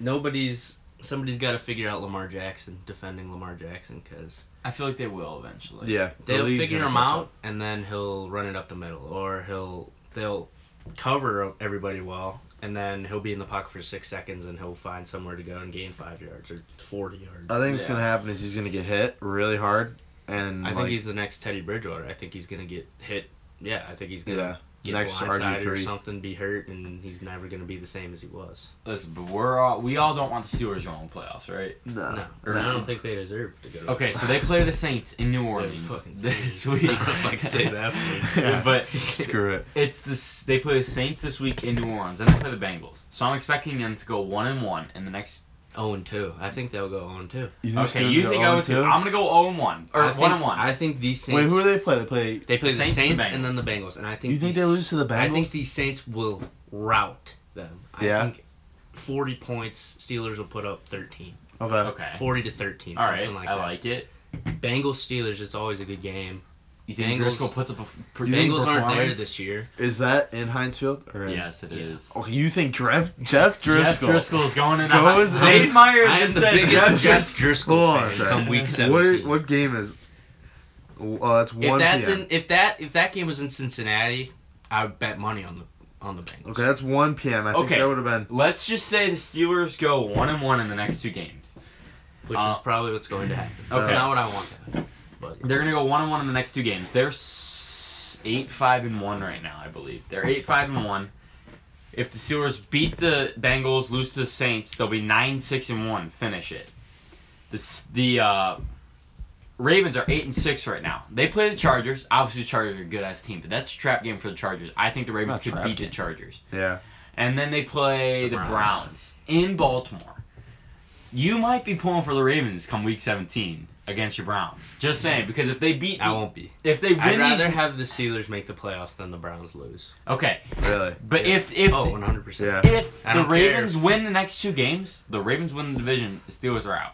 [SPEAKER 3] nobody's somebody's got to figure out Lamar Jackson defending Lamar Jackson because
[SPEAKER 2] I feel like they will eventually.
[SPEAKER 1] yeah. the
[SPEAKER 3] they'll
[SPEAKER 1] league's
[SPEAKER 3] figure
[SPEAKER 1] gonna
[SPEAKER 3] him
[SPEAKER 1] catch
[SPEAKER 3] out
[SPEAKER 1] up.
[SPEAKER 3] and then he'll run it up the middle or he'll they'll cover everybody well and then he'll be in the pocket for six seconds and he'll find somewhere to go and gain five yards or forty yards.
[SPEAKER 1] I think what's
[SPEAKER 2] Yeah.
[SPEAKER 1] gonna happen is he's gonna get hit really hard, and
[SPEAKER 3] I
[SPEAKER 1] like,
[SPEAKER 3] think he's the next Teddy Bridgewater. I think he's gonna get hit. Yeah, I think he's gonna
[SPEAKER 1] yeah.
[SPEAKER 3] get
[SPEAKER 1] Next
[SPEAKER 3] blindsided or
[SPEAKER 1] RG3.
[SPEAKER 3] something, be hurt, and he's never gonna be the same as he was.
[SPEAKER 2] Listen, but we're all we all don't want the Steelers going to the playoffs, right?
[SPEAKER 1] No.
[SPEAKER 3] No,
[SPEAKER 1] no.
[SPEAKER 3] I don't think they deserve to go. To
[SPEAKER 2] Okay, so they play the Saints in New
[SPEAKER 3] So
[SPEAKER 2] Orleans
[SPEAKER 3] fucking
[SPEAKER 2] this
[SPEAKER 3] Saints.
[SPEAKER 2] week.
[SPEAKER 3] Let's not say that.
[SPEAKER 1] Yeah.
[SPEAKER 2] But
[SPEAKER 1] Screw it.
[SPEAKER 2] it's this they play the Saints this week in New Orleans, then they play the Bengals. So I'm expecting them to go one and one in the next.
[SPEAKER 3] zero Oh and two. I think they'll go zero and two.
[SPEAKER 1] You think
[SPEAKER 2] Okay,
[SPEAKER 1] Steelers
[SPEAKER 2] you
[SPEAKER 1] go
[SPEAKER 2] think
[SPEAKER 1] 0
[SPEAKER 2] I
[SPEAKER 1] and
[SPEAKER 2] would?
[SPEAKER 1] two?
[SPEAKER 2] I'm gonna go zero and one or
[SPEAKER 3] oh I think,
[SPEAKER 2] one and one.
[SPEAKER 3] I think these Saints.
[SPEAKER 1] Wait, who do they play? They play.
[SPEAKER 3] They play the
[SPEAKER 2] Saints
[SPEAKER 3] Saints,
[SPEAKER 2] and Bengals.
[SPEAKER 3] and then the Bengals, and I think.
[SPEAKER 1] You think they
[SPEAKER 3] these-
[SPEAKER 1] lose to the
[SPEAKER 3] I
[SPEAKER 1] Bengals?
[SPEAKER 3] think these Saints will rout them. I
[SPEAKER 1] Yeah.
[SPEAKER 3] think Forty points. Steelers will put up thirteen.
[SPEAKER 1] Okay.
[SPEAKER 2] okay.
[SPEAKER 3] Forty to thirteen.
[SPEAKER 2] All
[SPEAKER 3] Something
[SPEAKER 2] right,
[SPEAKER 3] like
[SPEAKER 2] I
[SPEAKER 3] that.
[SPEAKER 2] like it.
[SPEAKER 3] Bengals Steelers. It's always a good game.
[SPEAKER 2] You think
[SPEAKER 3] Bengals-
[SPEAKER 2] Driscoll puts up a? pr-
[SPEAKER 1] You think
[SPEAKER 3] Bengals aren't there
[SPEAKER 1] performance?
[SPEAKER 3] this year.
[SPEAKER 1] Is that in Hinesfield or in-
[SPEAKER 2] Yes, it is.
[SPEAKER 3] Yeah.
[SPEAKER 1] Okay, you think Drev, Jeff Driscoll?
[SPEAKER 2] Jeff Driscoll's going in.
[SPEAKER 1] Goes
[SPEAKER 2] a,
[SPEAKER 1] in-
[SPEAKER 2] Wade Meyer
[SPEAKER 3] I am
[SPEAKER 2] just
[SPEAKER 3] the
[SPEAKER 2] said
[SPEAKER 3] biggest
[SPEAKER 2] Jeff
[SPEAKER 3] Jeff,
[SPEAKER 2] Driscoll.
[SPEAKER 3] Driscoll
[SPEAKER 1] Hold on a
[SPEAKER 3] fan
[SPEAKER 1] second.
[SPEAKER 3] come week
[SPEAKER 1] What,
[SPEAKER 3] seventeen.
[SPEAKER 1] what game is? Uh, that's
[SPEAKER 3] if
[SPEAKER 1] one
[SPEAKER 3] that's
[SPEAKER 1] p.m.
[SPEAKER 3] in, if that if that game was in Cincinnati, I would bet money on the on the Bengals.
[SPEAKER 1] okay, that's one p.m. I think
[SPEAKER 2] Okay.
[SPEAKER 1] that would have been.
[SPEAKER 2] Let's just say the Steelers go one and one in the next two games.
[SPEAKER 3] which
[SPEAKER 2] Uh,
[SPEAKER 3] is probably what's going to happen. That's
[SPEAKER 2] okay.
[SPEAKER 3] not what I want. But
[SPEAKER 2] They're gonna go one and one in the next two games. They're s- eight five and one right now, I believe. They're eight five and one. If the Steelers beat the Bengals, lose to the Saints, they'll be nine six and one. Finish it. The s- the uh, Ravens are eight and six right now. They play the Chargers. Obviously, the Chargers are a good ass team, but that's a trap game for the Chargers. I think the Ravens
[SPEAKER 4] Not
[SPEAKER 2] could
[SPEAKER 4] trap
[SPEAKER 2] beat
[SPEAKER 4] game.
[SPEAKER 2] the Chargers.
[SPEAKER 1] Yeah.
[SPEAKER 2] And then they play
[SPEAKER 4] The
[SPEAKER 2] the,
[SPEAKER 4] Browns.
[SPEAKER 2] Browns. in Baltimore. You might be pulling for the Ravens come week 17 against your Browns. Just saying, because if they beat,
[SPEAKER 3] Mm-hmm. I won't be.
[SPEAKER 2] if they win
[SPEAKER 3] I'd rather
[SPEAKER 2] these,
[SPEAKER 3] have the Steelers make the playoffs than the Browns lose.
[SPEAKER 2] okay.
[SPEAKER 1] Really.
[SPEAKER 2] But
[SPEAKER 3] Yeah.
[SPEAKER 2] if if
[SPEAKER 3] oh, 100 percent.
[SPEAKER 1] Yeah.
[SPEAKER 2] if
[SPEAKER 3] I
[SPEAKER 2] the
[SPEAKER 3] don't care
[SPEAKER 2] Ravens
[SPEAKER 3] if-
[SPEAKER 2] win the next two games, the Ravens win the division. The Steelers are out.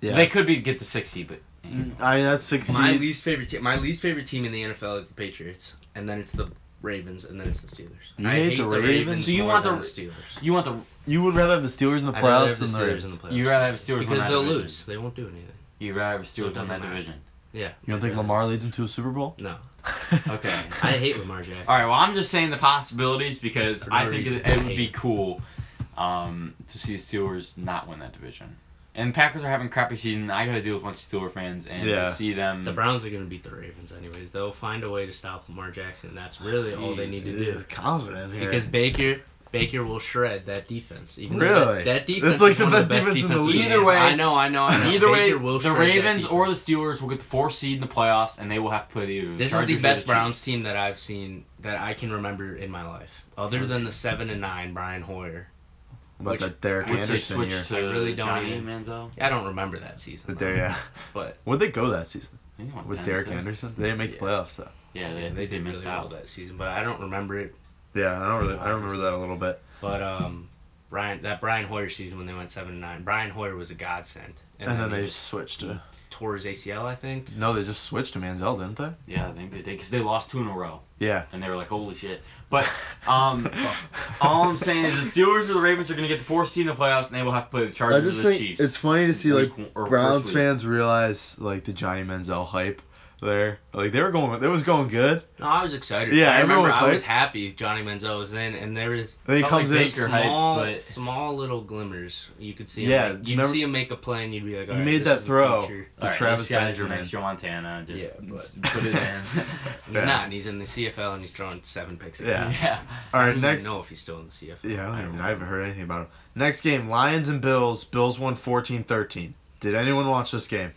[SPEAKER 1] Yeah.
[SPEAKER 2] They could be get the six seed, but
[SPEAKER 1] Mm, I mean that's six.
[SPEAKER 3] My
[SPEAKER 1] seed.
[SPEAKER 3] least favorite team. My least favorite team in the NFL is the Patriots, and then it's the Ravens, and then it's the Steelers.
[SPEAKER 1] You
[SPEAKER 3] I
[SPEAKER 1] hate
[SPEAKER 3] hate,
[SPEAKER 1] the
[SPEAKER 3] the
[SPEAKER 1] Ravens?
[SPEAKER 3] Ravens.
[SPEAKER 2] So you
[SPEAKER 3] more
[SPEAKER 2] want
[SPEAKER 3] than
[SPEAKER 2] the-
[SPEAKER 3] Steelers?
[SPEAKER 2] you want the
[SPEAKER 1] You would rather have the Steelers in the
[SPEAKER 3] I'd rather
[SPEAKER 1] playoffs
[SPEAKER 3] have the
[SPEAKER 1] than the
[SPEAKER 3] Steelers in
[SPEAKER 1] Ravens.
[SPEAKER 3] the playoffs.
[SPEAKER 2] you rather have Steelers win
[SPEAKER 3] because
[SPEAKER 2] that
[SPEAKER 3] they'll
[SPEAKER 2] division.
[SPEAKER 3] lose. They won't do anything.
[SPEAKER 2] You rather have
[SPEAKER 3] So it
[SPEAKER 2] Steelers win
[SPEAKER 3] doesn't
[SPEAKER 2] that
[SPEAKER 3] matter.
[SPEAKER 2] division.
[SPEAKER 1] You
[SPEAKER 3] Yeah.
[SPEAKER 1] don't think
[SPEAKER 3] I'd rather-
[SPEAKER 1] Lamar leads them to a Super Bowl?
[SPEAKER 3] No.
[SPEAKER 2] Okay.
[SPEAKER 3] I hate Lamar Jackson.
[SPEAKER 2] All right. Well, I'm just saying the possibilities because
[SPEAKER 3] For no
[SPEAKER 2] I think
[SPEAKER 3] reason.
[SPEAKER 2] it, it would be cool um, to see the Steelers not win that division. And Packers are having a crappy season. I got to deal with a bunch of Steeler fans and
[SPEAKER 1] Yeah.
[SPEAKER 2] to see them.
[SPEAKER 3] The Browns are going to beat the Ravens anyways. They'll find a way to stop Lamar Jackson. That's really all they need to
[SPEAKER 1] He
[SPEAKER 3] do.
[SPEAKER 1] is confident here.
[SPEAKER 3] Because Baker Baker will shred that defense. Even though
[SPEAKER 1] Really? That's
[SPEAKER 3] That, that defense
[SPEAKER 1] like
[SPEAKER 3] is
[SPEAKER 1] the
[SPEAKER 3] one
[SPEAKER 1] best
[SPEAKER 3] of the best
[SPEAKER 1] defense in the
[SPEAKER 3] defenses
[SPEAKER 1] league.
[SPEAKER 3] in
[SPEAKER 2] Either way-
[SPEAKER 3] I know, I know, I know.
[SPEAKER 2] Either way,
[SPEAKER 3] Baker will
[SPEAKER 2] the
[SPEAKER 3] shred that
[SPEAKER 2] Ravens or the
[SPEAKER 3] defense.
[SPEAKER 2] Steelers will get the fourth seed in the playoffs, and they will have to play the. Chargers
[SPEAKER 3] This is
[SPEAKER 2] or
[SPEAKER 3] the best
[SPEAKER 2] Chiefs.
[SPEAKER 3] Browns team that I've seen that I can remember in my life, other than the seven and nine Brian Hoyer.
[SPEAKER 1] What about
[SPEAKER 3] which-
[SPEAKER 1] that Derek
[SPEAKER 2] Which they
[SPEAKER 1] Anderson year.
[SPEAKER 2] switched to
[SPEAKER 3] I really don't
[SPEAKER 2] Johnny
[SPEAKER 3] even-
[SPEAKER 2] Manziel.
[SPEAKER 3] I don't remember that season.
[SPEAKER 1] But
[SPEAKER 3] though.
[SPEAKER 1] there, yeah.
[SPEAKER 3] But
[SPEAKER 1] Where'd they go that season?
[SPEAKER 2] They didn't want
[SPEAKER 1] With
[SPEAKER 2] Dennis
[SPEAKER 1] Derek
[SPEAKER 2] Smith.
[SPEAKER 1] Anderson? They didn't make the
[SPEAKER 3] Yeah.
[SPEAKER 1] playoffs, though.
[SPEAKER 2] Yeah, they,
[SPEAKER 3] yeah,
[SPEAKER 2] they,
[SPEAKER 3] they did
[SPEAKER 2] missed
[SPEAKER 3] really well
[SPEAKER 2] out.
[SPEAKER 3] that season, but I don't remember it.
[SPEAKER 1] Yeah, I don't really. I remember that a little bit.
[SPEAKER 3] But um, Brian that Brian Hoyer season when they went seven and nine, Brian Hoyer was a godsend.
[SPEAKER 1] And, then,
[SPEAKER 3] he
[SPEAKER 1] they
[SPEAKER 3] just
[SPEAKER 1] switched to.
[SPEAKER 3] tore his ACL, I think.
[SPEAKER 1] No, they just switched to Manziel, didn't they?
[SPEAKER 2] Yeah, I think they did because they lost two in a row,
[SPEAKER 1] Yeah.
[SPEAKER 2] and they were like, "Holy shit!" But um, all I'm saying is the Steelers or the Ravens are gonna get the fourth seed in the playoffs, and they will have to play the
[SPEAKER 1] I
[SPEAKER 2] Chargers
[SPEAKER 1] just
[SPEAKER 2] or the
[SPEAKER 1] think
[SPEAKER 2] Chiefs.
[SPEAKER 1] it's funny to see like
[SPEAKER 2] Week one- or
[SPEAKER 1] Browns
[SPEAKER 2] first week.
[SPEAKER 1] fans realize like the Johnny Manziel hype there. Like they were going, they was going good.
[SPEAKER 3] No, I was excited.
[SPEAKER 1] Yeah,
[SPEAKER 3] I remember
[SPEAKER 1] everyone was
[SPEAKER 3] I was
[SPEAKER 1] hyped.
[SPEAKER 3] happy Johnny Manziel was in, and there was
[SPEAKER 1] Then he
[SPEAKER 3] felt
[SPEAKER 1] comes
[SPEAKER 3] like
[SPEAKER 1] in,
[SPEAKER 3] big,
[SPEAKER 2] Baker hype,
[SPEAKER 3] small,
[SPEAKER 2] but-
[SPEAKER 3] small little glimmers. You could see. Him
[SPEAKER 1] Yeah,
[SPEAKER 3] yeah, you'd
[SPEAKER 1] remember-
[SPEAKER 3] see him make a play, and you'd be like,
[SPEAKER 1] He
[SPEAKER 3] "All right,
[SPEAKER 1] made
[SPEAKER 3] this
[SPEAKER 1] that
[SPEAKER 3] is the
[SPEAKER 1] throw."
[SPEAKER 3] future."
[SPEAKER 1] the
[SPEAKER 2] All right,
[SPEAKER 1] Travis
[SPEAKER 2] this guy's your
[SPEAKER 1] Benjamin.
[SPEAKER 2] next Joe Montana. Just
[SPEAKER 3] Yeah, but-
[SPEAKER 2] put it in.
[SPEAKER 3] He's
[SPEAKER 1] Yeah.
[SPEAKER 3] not. and He's in the CFL, and he's throwing seven picks. a
[SPEAKER 1] Yeah.
[SPEAKER 3] game.
[SPEAKER 2] yeah.
[SPEAKER 1] All
[SPEAKER 3] I
[SPEAKER 1] right,
[SPEAKER 3] don't
[SPEAKER 1] next.
[SPEAKER 3] even know if he's still in the CFL.
[SPEAKER 1] Yeah, I, don't even, I
[SPEAKER 3] know.
[SPEAKER 1] haven't heard anything about him. Next game, Lions and Bills. Bills won 14-13. Did anyone watch this game?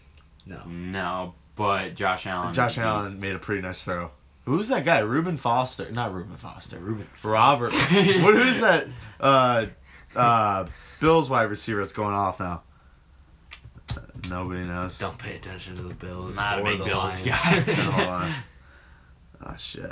[SPEAKER 3] No.
[SPEAKER 2] No, but Josh Allen.
[SPEAKER 1] Josh Allen made a pretty nice throw. Who's that guy? Reuben Foster? Not Reuben Foster.
[SPEAKER 2] Ruben.
[SPEAKER 1] Robert. what? Who's that? Uh, uh, Bills wide receiver that's going off now. Nobody knows.
[SPEAKER 3] Don't pay attention to the Bills.
[SPEAKER 2] Not a
[SPEAKER 3] or
[SPEAKER 2] big
[SPEAKER 3] the
[SPEAKER 2] Bills
[SPEAKER 3] Lions.
[SPEAKER 1] Hold
[SPEAKER 2] guy.
[SPEAKER 1] on. Oh shit.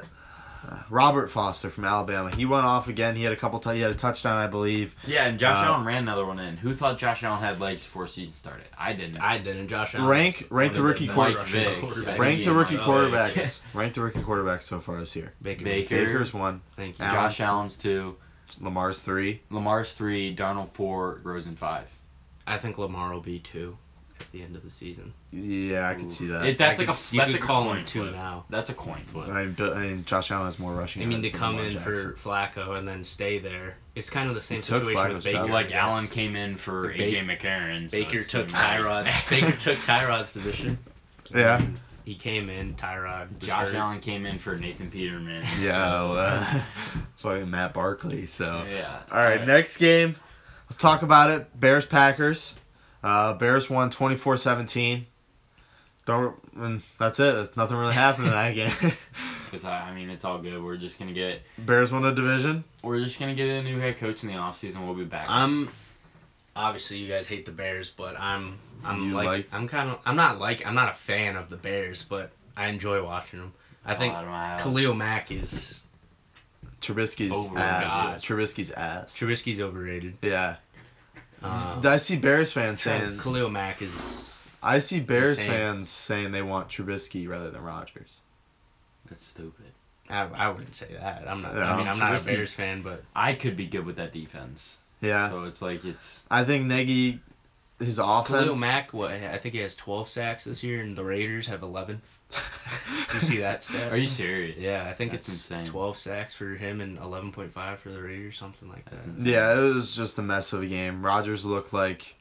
[SPEAKER 1] Uh, Robert Foster from Alabama. He went off again. He had a couple. T- he had a touchdown, I believe.
[SPEAKER 2] yeah, and Josh
[SPEAKER 1] Uh,
[SPEAKER 2] Allen ran another one in. Who thought Josh Allen had legs before season started? I didn't.
[SPEAKER 3] I didn't. Josh Allen.
[SPEAKER 1] Rank-
[SPEAKER 3] is
[SPEAKER 1] rank
[SPEAKER 3] one
[SPEAKER 1] the
[SPEAKER 3] of
[SPEAKER 1] rookie
[SPEAKER 3] best
[SPEAKER 1] quarter-
[SPEAKER 3] rushing
[SPEAKER 2] Vic.
[SPEAKER 3] quarterbacks.
[SPEAKER 1] Rank
[SPEAKER 2] Yeah,
[SPEAKER 1] the
[SPEAKER 2] my
[SPEAKER 1] rookie
[SPEAKER 2] other-
[SPEAKER 1] quarterbacks. Rank the rookie quarterbacks so far this year.
[SPEAKER 3] Baker.
[SPEAKER 2] Baker.
[SPEAKER 1] Baker's one.
[SPEAKER 3] Thank you.
[SPEAKER 1] Allen.
[SPEAKER 2] Josh Allen's two,
[SPEAKER 1] Lamar's three.
[SPEAKER 2] Lamar's three, Darnold four, Rosen five.
[SPEAKER 3] I think Lamar will be two at the end of the season.
[SPEAKER 1] Yeah, I
[SPEAKER 2] Ooh.
[SPEAKER 1] could see that.
[SPEAKER 2] It- that's
[SPEAKER 3] I
[SPEAKER 2] like a
[SPEAKER 3] could- you
[SPEAKER 2] that's a
[SPEAKER 3] could call
[SPEAKER 2] coin
[SPEAKER 3] him two
[SPEAKER 2] flip.
[SPEAKER 3] now.
[SPEAKER 2] That's a coin flip.
[SPEAKER 1] I mean, Bill- I mean, Josh Allen has more rushing.
[SPEAKER 3] I mean, to
[SPEAKER 1] yards than
[SPEAKER 3] come
[SPEAKER 1] Lamar
[SPEAKER 3] in
[SPEAKER 1] Jackson.
[SPEAKER 3] for Flacco and then stay there. It's kind of the same
[SPEAKER 1] He took
[SPEAKER 3] situation
[SPEAKER 1] Flacco's
[SPEAKER 3] with
[SPEAKER 1] job.
[SPEAKER 3] Baker.
[SPEAKER 2] Like
[SPEAKER 3] I guess.
[SPEAKER 2] Allen came in for
[SPEAKER 3] But
[SPEAKER 2] AJ McCarron. so
[SPEAKER 3] Baker
[SPEAKER 2] it's
[SPEAKER 3] took
[SPEAKER 2] even worse.
[SPEAKER 3] Tyrod. Baker took Tyrod's position.
[SPEAKER 1] Yeah.
[SPEAKER 3] And He came in. Tyrod. was
[SPEAKER 2] Josh
[SPEAKER 3] hurt.
[SPEAKER 2] Allen came in for Nathan Peterman.
[SPEAKER 1] Yeah.
[SPEAKER 2] so-
[SPEAKER 1] Well, uh, fucking Matt Barkley. So.
[SPEAKER 2] yeah. Uh,
[SPEAKER 1] All right, next game. Let's talk about it. Bears Packers. Uh, Bears won 24-17. Don't. And that's it. That's nothing really happened in that game.
[SPEAKER 2] Because I, I mean, it's all good. We're just gonna get,
[SPEAKER 1] Bears won a division.
[SPEAKER 2] we're just gonna get a new head coach in the offseason. We'll be back.
[SPEAKER 3] I'm obviously you guys hate the Bears, but I'm I'm
[SPEAKER 1] You
[SPEAKER 3] like,
[SPEAKER 1] like-
[SPEAKER 3] I'm kind of I'm not like I'm not a fan of the Bears, but I enjoy watching them. I think
[SPEAKER 2] Bottom aisle.
[SPEAKER 3] Khalil Mack is
[SPEAKER 1] Trubisky's
[SPEAKER 2] Oh my
[SPEAKER 1] ass.
[SPEAKER 3] God.
[SPEAKER 1] Trubisky's ass.
[SPEAKER 3] Trubisky's overrated.
[SPEAKER 1] yeah.
[SPEAKER 3] Um,
[SPEAKER 1] I see Bears fans saying.
[SPEAKER 3] Khalil Mack is
[SPEAKER 1] I see Bears
[SPEAKER 3] Insane.
[SPEAKER 1] fans saying they want Trubisky rather than Rodgers.
[SPEAKER 2] That's stupid.
[SPEAKER 3] I, I wouldn't say that. I'm not.
[SPEAKER 1] Yeah.
[SPEAKER 3] I mean, I'm not a
[SPEAKER 2] Trubisky's-
[SPEAKER 3] Bears fan, but
[SPEAKER 2] I could be good with that defense.
[SPEAKER 1] Yeah.
[SPEAKER 2] So it's like it's.
[SPEAKER 1] I think Nagy, his offense.
[SPEAKER 3] Khalil Mack, what I think he has 12 sacks this year, and the Raiders have 11. Do you see that stat?
[SPEAKER 2] Are you serious?
[SPEAKER 3] Yeah, I think
[SPEAKER 2] That's
[SPEAKER 3] it's
[SPEAKER 2] insane.
[SPEAKER 3] 12 sacks for him and 11.5 for the Raiders, something like
[SPEAKER 2] That's
[SPEAKER 3] that.
[SPEAKER 2] insane.
[SPEAKER 1] Yeah, it was just a mess of a game. Rodgers looked like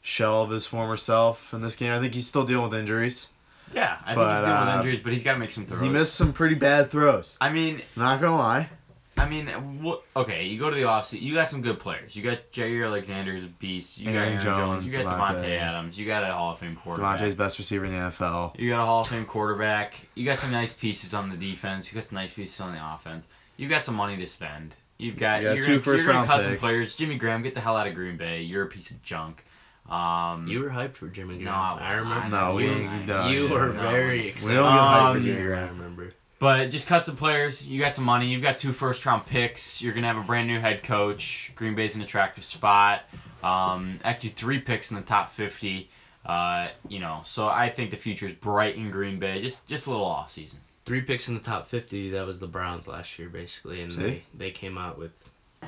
[SPEAKER 1] shell of his former self in this game. I think he's still dealing with injuries.
[SPEAKER 2] Yeah. I think
[SPEAKER 1] But,
[SPEAKER 2] he's dealing
[SPEAKER 1] uh,
[SPEAKER 2] with injuries, but he's got to make some throws.
[SPEAKER 1] He missed some pretty bad throws.
[SPEAKER 2] I mean,
[SPEAKER 1] Not gonna lie.
[SPEAKER 2] I mean, what? Okay, you go to the offseason. You got some good players. You got Jair Alexander's beast. You
[SPEAKER 1] Aaron
[SPEAKER 2] got Aaron
[SPEAKER 1] Jones,
[SPEAKER 2] Jones. You got Devontae,
[SPEAKER 1] Devontae.
[SPEAKER 2] Adams. You got a Hall of Fame quarterback.
[SPEAKER 1] Devontae's best receiver in the NFL.
[SPEAKER 2] You got a Hall of Fame quarterback. You got some nice pieces on the defense. You got some nice pieces on the offense. You've got some money to spend. You've got,
[SPEAKER 1] You got
[SPEAKER 2] are
[SPEAKER 1] two
[SPEAKER 2] gonna,
[SPEAKER 1] first
[SPEAKER 2] you're
[SPEAKER 1] round
[SPEAKER 2] gonna cut
[SPEAKER 1] picks.
[SPEAKER 2] some players. Jimmy Graham, get the hell out of Green Bay. You're a piece of junk. Um,
[SPEAKER 3] You were hyped for Jimmy Graham.
[SPEAKER 2] No,
[SPEAKER 3] I remember.
[SPEAKER 1] No, we-
[SPEAKER 3] you,
[SPEAKER 1] no,
[SPEAKER 3] you
[SPEAKER 1] yeah,
[SPEAKER 3] were
[SPEAKER 2] no.
[SPEAKER 3] very
[SPEAKER 2] We
[SPEAKER 3] excited.
[SPEAKER 1] don't get hyped
[SPEAKER 2] for
[SPEAKER 3] Um,
[SPEAKER 2] Jimmy
[SPEAKER 1] Graham.
[SPEAKER 3] I remember.
[SPEAKER 2] But just cut some players. You got some money. You've got two first round picks. You're gonna have a brand new head coach. Green Bay's an attractive spot. Um, actually, three picks in the top 50. Uh, you know, so I think the future's bright in Green Bay. Just just a little off season.
[SPEAKER 3] Three picks in the top 50. That was the Browns last year, basically, and
[SPEAKER 1] See?
[SPEAKER 3] they they came out with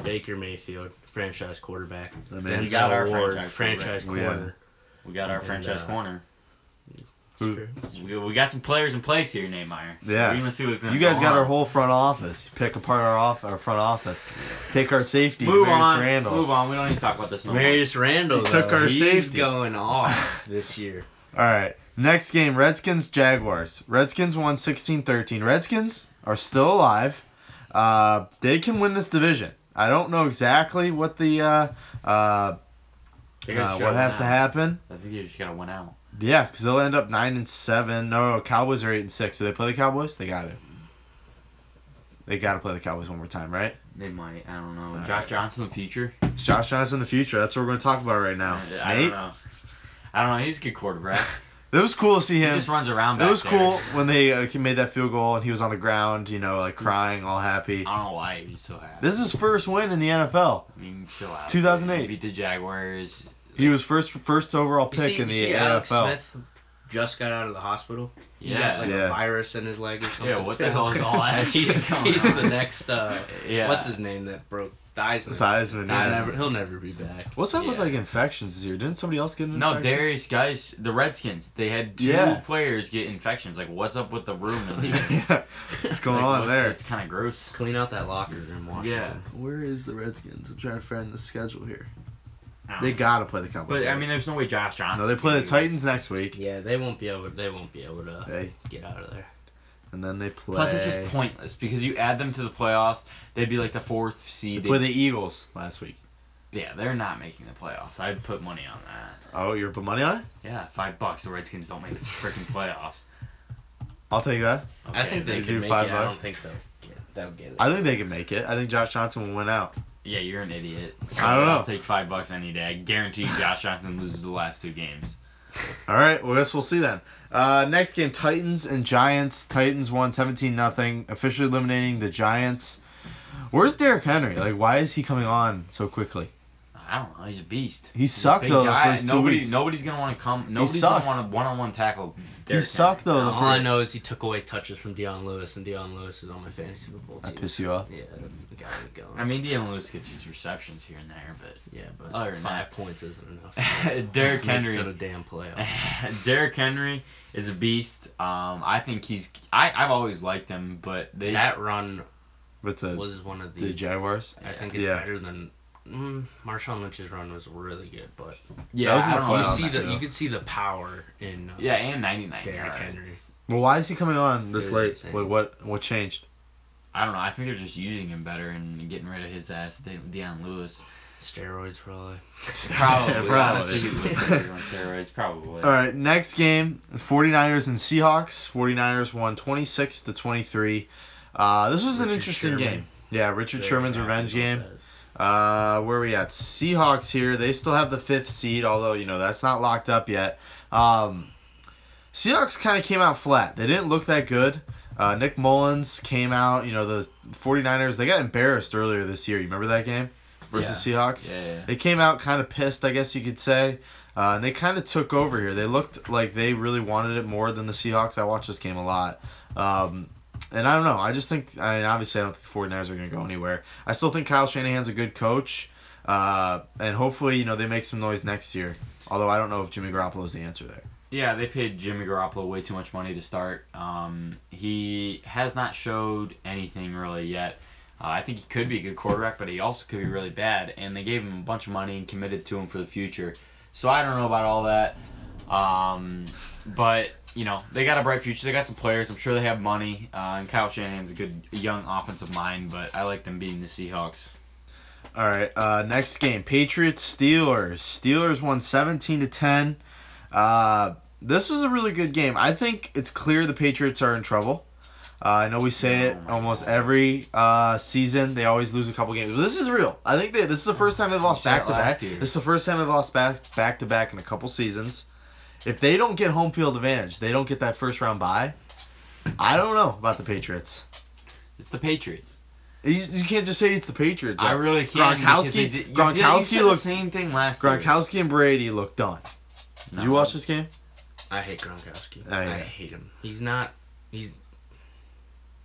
[SPEAKER 3] Baker Mayfield, franchise quarterback.
[SPEAKER 1] The
[SPEAKER 3] Denzel
[SPEAKER 2] we
[SPEAKER 1] man's
[SPEAKER 2] got our
[SPEAKER 3] Ward,
[SPEAKER 2] franchise
[SPEAKER 3] franchise
[SPEAKER 1] quarterback. Yeah.
[SPEAKER 3] corner.
[SPEAKER 2] We got our
[SPEAKER 3] And,
[SPEAKER 2] franchise
[SPEAKER 3] uh,
[SPEAKER 2] corner.
[SPEAKER 3] It's
[SPEAKER 1] Who-
[SPEAKER 3] true.
[SPEAKER 2] We, we got some players in place here, Neymar. So
[SPEAKER 1] Yeah.
[SPEAKER 2] We're gonna see what's gonna
[SPEAKER 1] You guys
[SPEAKER 2] go
[SPEAKER 1] got
[SPEAKER 2] on.
[SPEAKER 1] our whole front office. Pick apart our off our front office. Take our safety,
[SPEAKER 2] move
[SPEAKER 1] Marius
[SPEAKER 2] on.
[SPEAKER 1] Randall.
[SPEAKER 2] Move on. We don't need to talk about this no more.
[SPEAKER 3] Marius Randall,
[SPEAKER 1] He took
[SPEAKER 3] though,
[SPEAKER 1] our
[SPEAKER 3] he's
[SPEAKER 1] safety.
[SPEAKER 3] going off this year.
[SPEAKER 1] All right. Next game, Redskins Jaguars. Redskins won 16-13. Redskins are still alive. Uh, they can win this division. I don't know exactly what the uh, uh, uh,
[SPEAKER 2] They gotta just
[SPEAKER 1] what
[SPEAKER 2] gotta
[SPEAKER 1] has
[SPEAKER 2] win
[SPEAKER 1] to
[SPEAKER 2] out.
[SPEAKER 1] happen.
[SPEAKER 2] I think you just gotta win out.
[SPEAKER 1] Yeah, because they'll end up nine and seven. No, no, Cowboys are eight and six. Do they play the Cowboys? They got it. They got to play the Cowboys one more time, right?
[SPEAKER 2] They might. I don't know.
[SPEAKER 1] All
[SPEAKER 2] Josh
[SPEAKER 1] right.
[SPEAKER 2] Johnson, the future.
[SPEAKER 1] It's Josh Johnson in the future. That's what we're going to talk about right now.
[SPEAKER 2] I, I
[SPEAKER 1] Nate,
[SPEAKER 2] don't know. I don't know. He's a good quarterback.
[SPEAKER 1] it was cool to see
[SPEAKER 2] He
[SPEAKER 1] him.
[SPEAKER 2] just runs around.
[SPEAKER 1] It
[SPEAKER 2] Back
[SPEAKER 1] was
[SPEAKER 2] there.
[SPEAKER 1] cool when they uh, he made that field goal and he was on the ground, you know, like crying, all happy.
[SPEAKER 2] I don't know why he's so happy.
[SPEAKER 1] This is his first win in the NFL.
[SPEAKER 2] I mean, chill out.
[SPEAKER 1] 2008.
[SPEAKER 2] He beat the Jaguars.
[SPEAKER 1] He was first first overall
[SPEAKER 3] You
[SPEAKER 1] pick
[SPEAKER 3] see-
[SPEAKER 1] in the
[SPEAKER 3] you see
[SPEAKER 1] NFL.
[SPEAKER 3] Alex Smith just got out of the hospital. He
[SPEAKER 2] Yeah.
[SPEAKER 3] got like
[SPEAKER 1] Yeah.
[SPEAKER 3] a virus in his leg or something.
[SPEAKER 2] what the hell is all that shit
[SPEAKER 3] he's
[SPEAKER 2] going
[SPEAKER 3] he's
[SPEAKER 2] on?
[SPEAKER 3] the next. Uh,
[SPEAKER 2] Yeah.
[SPEAKER 3] What's his name that broke Theismann?
[SPEAKER 1] Theismann,
[SPEAKER 3] He'll
[SPEAKER 1] yeah.
[SPEAKER 3] never, he'll never be back.
[SPEAKER 1] What's up with
[SPEAKER 2] Yeah.
[SPEAKER 1] like infections this year? Didn't somebody else get an
[SPEAKER 2] No,
[SPEAKER 1] infection?
[SPEAKER 2] Darius guys, the Redskins. They had two
[SPEAKER 1] Yeah.
[SPEAKER 2] players get infections. Like, what's up with the room? in there?
[SPEAKER 1] yeah. What's going
[SPEAKER 2] Like,
[SPEAKER 1] on
[SPEAKER 2] what's-
[SPEAKER 1] there?
[SPEAKER 2] It's kind of gross.
[SPEAKER 3] Clean out that locker room, Washington.
[SPEAKER 1] Where is the Redskins? I'm trying to find the schedule here.
[SPEAKER 2] I don't
[SPEAKER 1] They
[SPEAKER 2] know.
[SPEAKER 1] gotta play the Cowboys.
[SPEAKER 2] But I mean, there's no way Josh Johnson.
[SPEAKER 1] no, they play the
[SPEAKER 2] can do
[SPEAKER 1] Titans next week.
[SPEAKER 3] Yeah, they won't be able. They won't be able to
[SPEAKER 1] They
[SPEAKER 3] get out of there.
[SPEAKER 1] and then they play.
[SPEAKER 2] that. Plus, it's just pointless because you add them to the playoffs, they'd be like the fourth
[SPEAKER 1] They
[SPEAKER 2] seed.
[SPEAKER 1] play the Eagles last week.
[SPEAKER 2] yeah, they're not making the playoffs. I'd put money on that.
[SPEAKER 1] Oh, you're put money on it?
[SPEAKER 2] Yeah, five bucks. The Redskins don't make the freaking playoffs.
[SPEAKER 1] I'll take that.
[SPEAKER 3] I think
[SPEAKER 1] they
[SPEAKER 3] they,
[SPEAKER 1] do
[SPEAKER 3] can make
[SPEAKER 1] five
[SPEAKER 3] it. I don't
[SPEAKER 1] bucks.
[SPEAKER 3] think they'll get, they'll get it.
[SPEAKER 1] I think they can make it. I think Josh Johnson will win out.
[SPEAKER 2] Yeah, you're an idiot.
[SPEAKER 1] I don't know.
[SPEAKER 2] I'll take five bucks any day. I guarantee you Josh Johnson loses the last two games.
[SPEAKER 1] All right, well, I guess we'll see then. Uh, next game, Titans and Giants. Titans won 17 nothing, officially eliminating the Giants. Where's Derrick Henry? Like, why is he coming on so quickly?
[SPEAKER 2] I don't know. He's a beast.
[SPEAKER 1] He sucked,
[SPEAKER 2] Big
[SPEAKER 1] though, the
[SPEAKER 2] guy.
[SPEAKER 1] first two
[SPEAKER 2] Nobody,
[SPEAKER 1] weeks.
[SPEAKER 2] Nobody's gonna want to come. Nobody's
[SPEAKER 1] sucked.
[SPEAKER 2] gonna want to one-on-one tackle. Derrick
[SPEAKER 1] sucked,
[SPEAKER 2] Henry.
[SPEAKER 1] though, the
[SPEAKER 3] All I
[SPEAKER 1] first-
[SPEAKER 3] know is he took away touches from Deion Lewis, and Deion Lewis is on my fantasy football
[SPEAKER 1] That
[SPEAKER 3] team.
[SPEAKER 1] piss you off?
[SPEAKER 3] Yeah, the guy ain't going.
[SPEAKER 2] I mean, Deion Lewis gets his receptions here and there, but
[SPEAKER 3] yeah, but
[SPEAKER 2] Other than
[SPEAKER 3] five
[SPEAKER 2] that.
[SPEAKER 3] points isn't enough.
[SPEAKER 2] Oh, Derrick
[SPEAKER 3] Make it to the
[SPEAKER 2] Henry.
[SPEAKER 3] damn playoff.
[SPEAKER 2] Derrick Henry is a beast. Um, I think he's. I I've always liked him, but they.
[SPEAKER 3] That run
[SPEAKER 1] With the,
[SPEAKER 3] was one of the.
[SPEAKER 1] the Jaguars?
[SPEAKER 3] I think it's
[SPEAKER 1] Yeah.
[SPEAKER 3] better than. Mm, Marshawn Lynch's run was really good, but
[SPEAKER 2] yeah,
[SPEAKER 1] that was in
[SPEAKER 2] I
[SPEAKER 1] the
[SPEAKER 2] don't
[SPEAKER 1] playoffs.
[SPEAKER 2] know.
[SPEAKER 3] you see the
[SPEAKER 1] yeah.
[SPEAKER 3] you could see the power in. Uh,
[SPEAKER 2] Yeah, and 99
[SPEAKER 3] Derrick
[SPEAKER 2] yards.
[SPEAKER 3] Henry.
[SPEAKER 1] Well, why is he coming on this
[SPEAKER 3] It was
[SPEAKER 1] late?
[SPEAKER 3] insane.
[SPEAKER 1] What, what what changed?
[SPEAKER 2] I don't know. I think they're just using him better and getting rid of his ass, De- Deion Lewis.
[SPEAKER 3] steroids probably.
[SPEAKER 2] Probably.
[SPEAKER 1] Probably.
[SPEAKER 2] Honestly, he looks like he's on steroids. Probably.
[SPEAKER 1] All right, next game, 49ers and Seahawks. 49ers won 26 to 23. Uh, this was an
[SPEAKER 3] Richard
[SPEAKER 1] interesting
[SPEAKER 3] Sherman.
[SPEAKER 1] game. Yeah, Richard
[SPEAKER 3] Very
[SPEAKER 1] Sherman's
[SPEAKER 3] happy
[SPEAKER 1] revenge
[SPEAKER 3] about
[SPEAKER 1] game.
[SPEAKER 3] that.
[SPEAKER 1] Uh, where are we at? Seahawks here. They still have the fifth seed, although you know that's not locked up yet. Um, Seahawks kind of came out flat. They didn't look that good. Uh, Nick Mullins came out. You know the 49ers. They got embarrassed earlier this year. You remember that game versus Seahawks?
[SPEAKER 2] Yeah, yeah.
[SPEAKER 1] They came out kind of pissed, I guess you could say. Uh, and they kind of took over here. They looked like they really wanted it more than the Seahawks. I watched this game a lot. Um, and I don't know. I just think, I mean, obviously, I don't think the 49ers are going to go anywhere. I still think Kyle Shanahan's a good coach. Uh, and hopefully, you know, they make some noise next year. Although I don't know if Jimmy Garoppolo is the answer there.
[SPEAKER 2] Yeah, they paid Jimmy Garoppolo way too much money to start. Um, he has not showed anything really yet. Uh, I think he could be a good quarterback, but he also could be really bad. And they gave him a bunch of money and committed to him for the future. So I don't know about all that. Um, but you know, they got a bright future. They got some players. I'm sure they have money. Uh, and Kyle Shanahan's a good young offensive mind, but I like them beating the Seahawks.
[SPEAKER 1] All right. Uh, next game, Patriots Steelers. Steelers won 17 to 10. Uh, this was a really good game. I think it's clear the Patriots are in trouble. Uh, I know we say it
[SPEAKER 2] Oh my
[SPEAKER 1] almost
[SPEAKER 2] God.
[SPEAKER 1] every uh, season. They always lose a couple games, but this is real. I think they, this is the first time they've lost
[SPEAKER 2] We said it
[SPEAKER 1] back to back.
[SPEAKER 2] last year.
[SPEAKER 1] This is the first time they've lost back back to back in a couple seasons. If they don't get home field advantage, they don't get that first round bye. I don't know about the Patriots.
[SPEAKER 2] It's the Patriots.
[SPEAKER 1] You, you can't just say it's the Patriots.
[SPEAKER 2] I
[SPEAKER 1] though.
[SPEAKER 2] really can't. because
[SPEAKER 1] Gronkowski-
[SPEAKER 2] they did- you-
[SPEAKER 1] Gronkowski
[SPEAKER 2] you said
[SPEAKER 1] looks-
[SPEAKER 2] the same thing last year.
[SPEAKER 1] Gronkowski and Brady look done. Did you
[SPEAKER 2] No.
[SPEAKER 1] watch this game?
[SPEAKER 3] I hate Gronkowski.
[SPEAKER 1] Oh, yeah.
[SPEAKER 3] I hate him. He's not. He's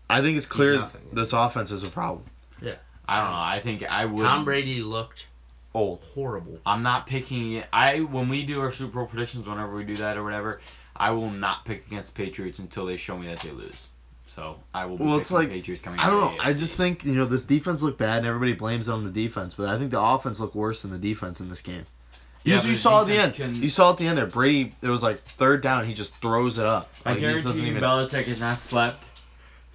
[SPEAKER 1] I think it's clear
[SPEAKER 3] nothing.
[SPEAKER 1] this offense is a problem.
[SPEAKER 2] I don't know. I think I would.
[SPEAKER 3] Tom Brady looked
[SPEAKER 1] Old.
[SPEAKER 3] horrible.
[SPEAKER 2] I'm not picking it. I when we do our Super Bowl predictions, whenever we do that or whatever, I will not pick against Patriots until they show me that they lose. So I will. Be
[SPEAKER 1] Well,
[SPEAKER 2] well,
[SPEAKER 1] it's like-
[SPEAKER 2] Patriots coming.
[SPEAKER 1] I
[SPEAKER 2] out
[SPEAKER 1] don't
[SPEAKER 2] of
[SPEAKER 1] know.
[SPEAKER 2] the
[SPEAKER 1] I
[SPEAKER 2] AFC.
[SPEAKER 1] just think you know this defense looked bad, and everybody blames it on the defense. But I think the offense looked worse than the defense in this game.
[SPEAKER 2] Yeah,
[SPEAKER 1] Yeah,
[SPEAKER 2] but
[SPEAKER 1] you
[SPEAKER 2] the
[SPEAKER 1] saw at the end.
[SPEAKER 2] defense can-
[SPEAKER 1] You saw at the end there. Brady. It was like third down. He just throws it up.
[SPEAKER 2] I
[SPEAKER 1] Like, he just
[SPEAKER 2] guarantee
[SPEAKER 1] doesn't
[SPEAKER 2] you,
[SPEAKER 1] even-
[SPEAKER 2] Belichick has not slept.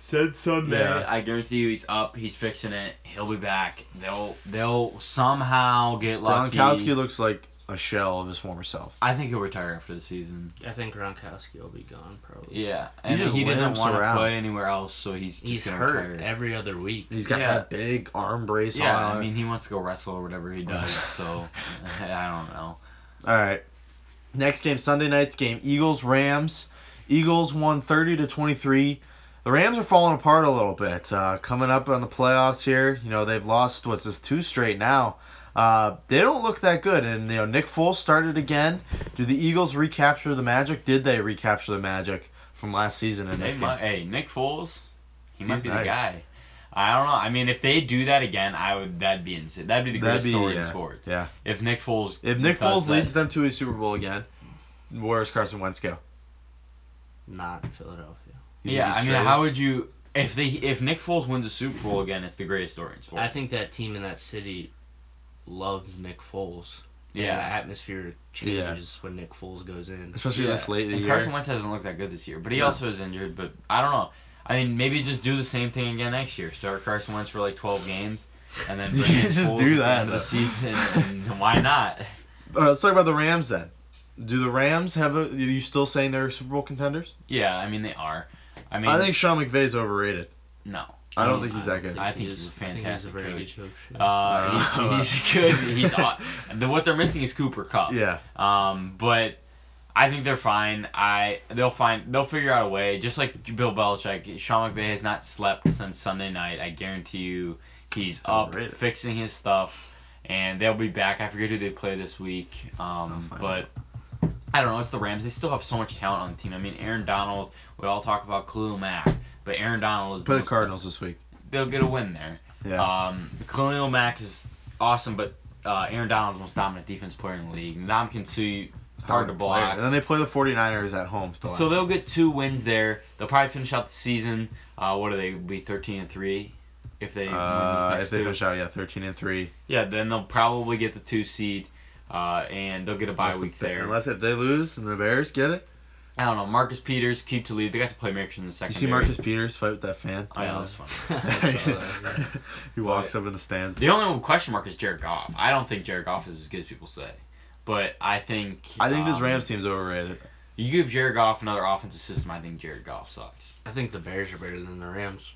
[SPEAKER 2] Said Sunday.
[SPEAKER 1] Yeah.
[SPEAKER 2] I guarantee you, he's up. He's fixing it. He'll be back. They'll they'll somehow get lucky.
[SPEAKER 1] Gronkowski looks like a shell of his former self.
[SPEAKER 2] I think he'll retire after the season.
[SPEAKER 3] I think Gronkowski will be gone probably.
[SPEAKER 2] Yeah, and
[SPEAKER 1] just
[SPEAKER 2] he doesn't
[SPEAKER 1] limps
[SPEAKER 2] want
[SPEAKER 1] around.
[SPEAKER 2] to play anywhere else, so he's just
[SPEAKER 3] He's
[SPEAKER 2] gonna
[SPEAKER 3] hurt
[SPEAKER 2] retire.
[SPEAKER 3] every other week.
[SPEAKER 1] He's got
[SPEAKER 2] Yeah.
[SPEAKER 1] that big arm brace
[SPEAKER 2] Yeah,
[SPEAKER 1] on.
[SPEAKER 2] I mean, he wants to go wrestle or whatever he does, so eh, I don't know.
[SPEAKER 1] All right. Next game, Sunday night's game, Eagles Rams. Eagles won 30 to 23. The Rams are falling apart a little bit. Uh, coming up on the playoffs here, you know they've lost what's this two straight now. Uh, they don't look that good, and you know Nick Foles started again. Do the Eagles recapture the magic? Did they recapture the magic from last season in this
[SPEAKER 2] They
[SPEAKER 1] game?
[SPEAKER 2] might- hey, Nick Foles, he
[SPEAKER 1] He's
[SPEAKER 2] might be
[SPEAKER 1] nice.
[SPEAKER 2] the guy. I don't know. I mean, if they do that again, I would. That'd be insane. That'd be the
[SPEAKER 1] That'd
[SPEAKER 2] greatest story
[SPEAKER 1] yeah,
[SPEAKER 2] in sports.
[SPEAKER 1] Yeah.
[SPEAKER 2] If Nick Foles.
[SPEAKER 1] If Nick
[SPEAKER 2] does
[SPEAKER 1] Foles
[SPEAKER 2] that-
[SPEAKER 1] leads them to a Super Bowl again, where does Carson Wentz go?
[SPEAKER 3] Not Philadelphia.
[SPEAKER 1] You think
[SPEAKER 2] yeah.
[SPEAKER 1] he's
[SPEAKER 2] I mean,
[SPEAKER 1] traded?
[SPEAKER 2] how would you? If they, if Nick Foles wins a Super Bowl again, it's the greatest story in sports.
[SPEAKER 3] I think that team in that city loves Nick Foles. And
[SPEAKER 2] Yeah.
[SPEAKER 3] The atmosphere changes when Nick Foles goes in.
[SPEAKER 1] especially
[SPEAKER 2] Yeah.
[SPEAKER 1] this late in the
[SPEAKER 2] and
[SPEAKER 1] year?
[SPEAKER 2] Carson Wentz hasn't looked that good this year, but he
[SPEAKER 1] No.
[SPEAKER 2] also is injured. But I don't know. I mean, maybe just do the same thing again next year. Start Carson Wentz for like 12 games, and then
[SPEAKER 1] You
[SPEAKER 2] bring in
[SPEAKER 1] can't just
[SPEAKER 2] Foles
[SPEAKER 1] do
[SPEAKER 2] at the
[SPEAKER 1] that,
[SPEAKER 2] end of the
[SPEAKER 1] though.
[SPEAKER 2] season. And why not?
[SPEAKER 1] All right, let's talk about the Rams then. Do the Rams have a? Are you still saying they're Super Bowl contenders?
[SPEAKER 2] Yeah, I mean they are. I
[SPEAKER 1] I,
[SPEAKER 2] mean,
[SPEAKER 1] think Sean McVay's overrated.
[SPEAKER 2] no.
[SPEAKER 1] I don't
[SPEAKER 2] No,
[SPEAKER 1] think he's
[SPEAKER 2] I
[SPEAKER 1] that good.
[SPEAKER 2] don't I think he's a
[SPEAKER 3] I think he's a
[SPEAKER 2] fantastic
[SPEAKER 3] very
[SPEAKER 2] coach.
[SPEAKER 3] good coach. Oh, yeah.
[SPEAKER 2] Uh,
[SPEAKER 1] I
[SPEAKER 2] he's, he's
[SPEAKER 1] don't know.
[SPEAKER 2] good. He's aw- the, what they're missing is Cooper Cup.
[SPEAKER 1] Yeah.
[SPEAKER 2] Um, but I think they're fine. I they'll find they'll figure out a way. Just like Bill Belichick, Sean McVay has not slept since Sunday night. I guarantee you, he's up
[SPEAKER 1] Overrated.
[SPEAKER 2] fixing his stuff, and they'll be back. I forget who they play this week. Um,
[SPEAKER 1] I'll find
[SPEAKER 2] but. I don't know. It's the Rams. They still have so much talent on the team. I mean, Aaron Donald. We all talk about Khalil Mack, but Aaron Donald is
[SPEAKER 1] Play the
[SPEAKER 2] most-
[SPEAKER 1] Cardinals this week.
[SPEAKER 2] They'll get a win there.
[SPEAKER 1] Yeah.
[SPEAKER 2] Um, Khalil Mack is awesome, but uh, Aaron Donald's the most dominant defense player in the league. Nam can see it's hard to block.
[SPEAKER 1] And then they play the 49ers at home. the
[SPEAKER 2] So
[SPEAKER 1] last
[SPEAKER 2] they'll
[SPEAKER 1] game.
[SPEAKER 2] get two wins there. They'll probably finish out the season. Uh, what are they? Be 13 and three if they
[SPEAKER 1] Uh,
[SPEAKER 2] win
[SPEAKER 1] if
[SPEAKER 2] these next
[SPEAKER 1] they
[SPEAKER 2] two.
[SPEAKER 1] finish out, yeah, 13 and three.
[SPEAKER 2] Yeah, then they'll probably get the two seed, uh, and they'll get a bye
[SPEAKER 1] Unless
[SPEAKER 2] week
[SPEAKER 1] the-
[SPEAKER 2] there.
[SPEAKER 1] Unless if they lose and the Bears get it.
[SPEAKER 2] I don't know. Marcus Peters keep to lead. They got some playmakers in the
[SPEAKER 1] You
[SPEAKER 2] second.
[SPEAKER 1] see Marcus Peters fight with that fan.
[SPEAKER 2] I know that's funny.
[SPEAKER 3] I saw that, yeah.
[SPEAKER 1] he walks up in the stands.
[SPEAKER 2] The only question mark is Jared Goff. I don't think Jared Goff is as good as people say, but I think
[SPEAKER 1] I think this
[SPEAKER 2] um,
[SPEAKER 1] Rams team's overrated.
[SPEAKER 2] You give Jared Goff another offensive system, I think Jared Goff sucks.
[SPEAKER 3] I think the Bears are better than the Rams.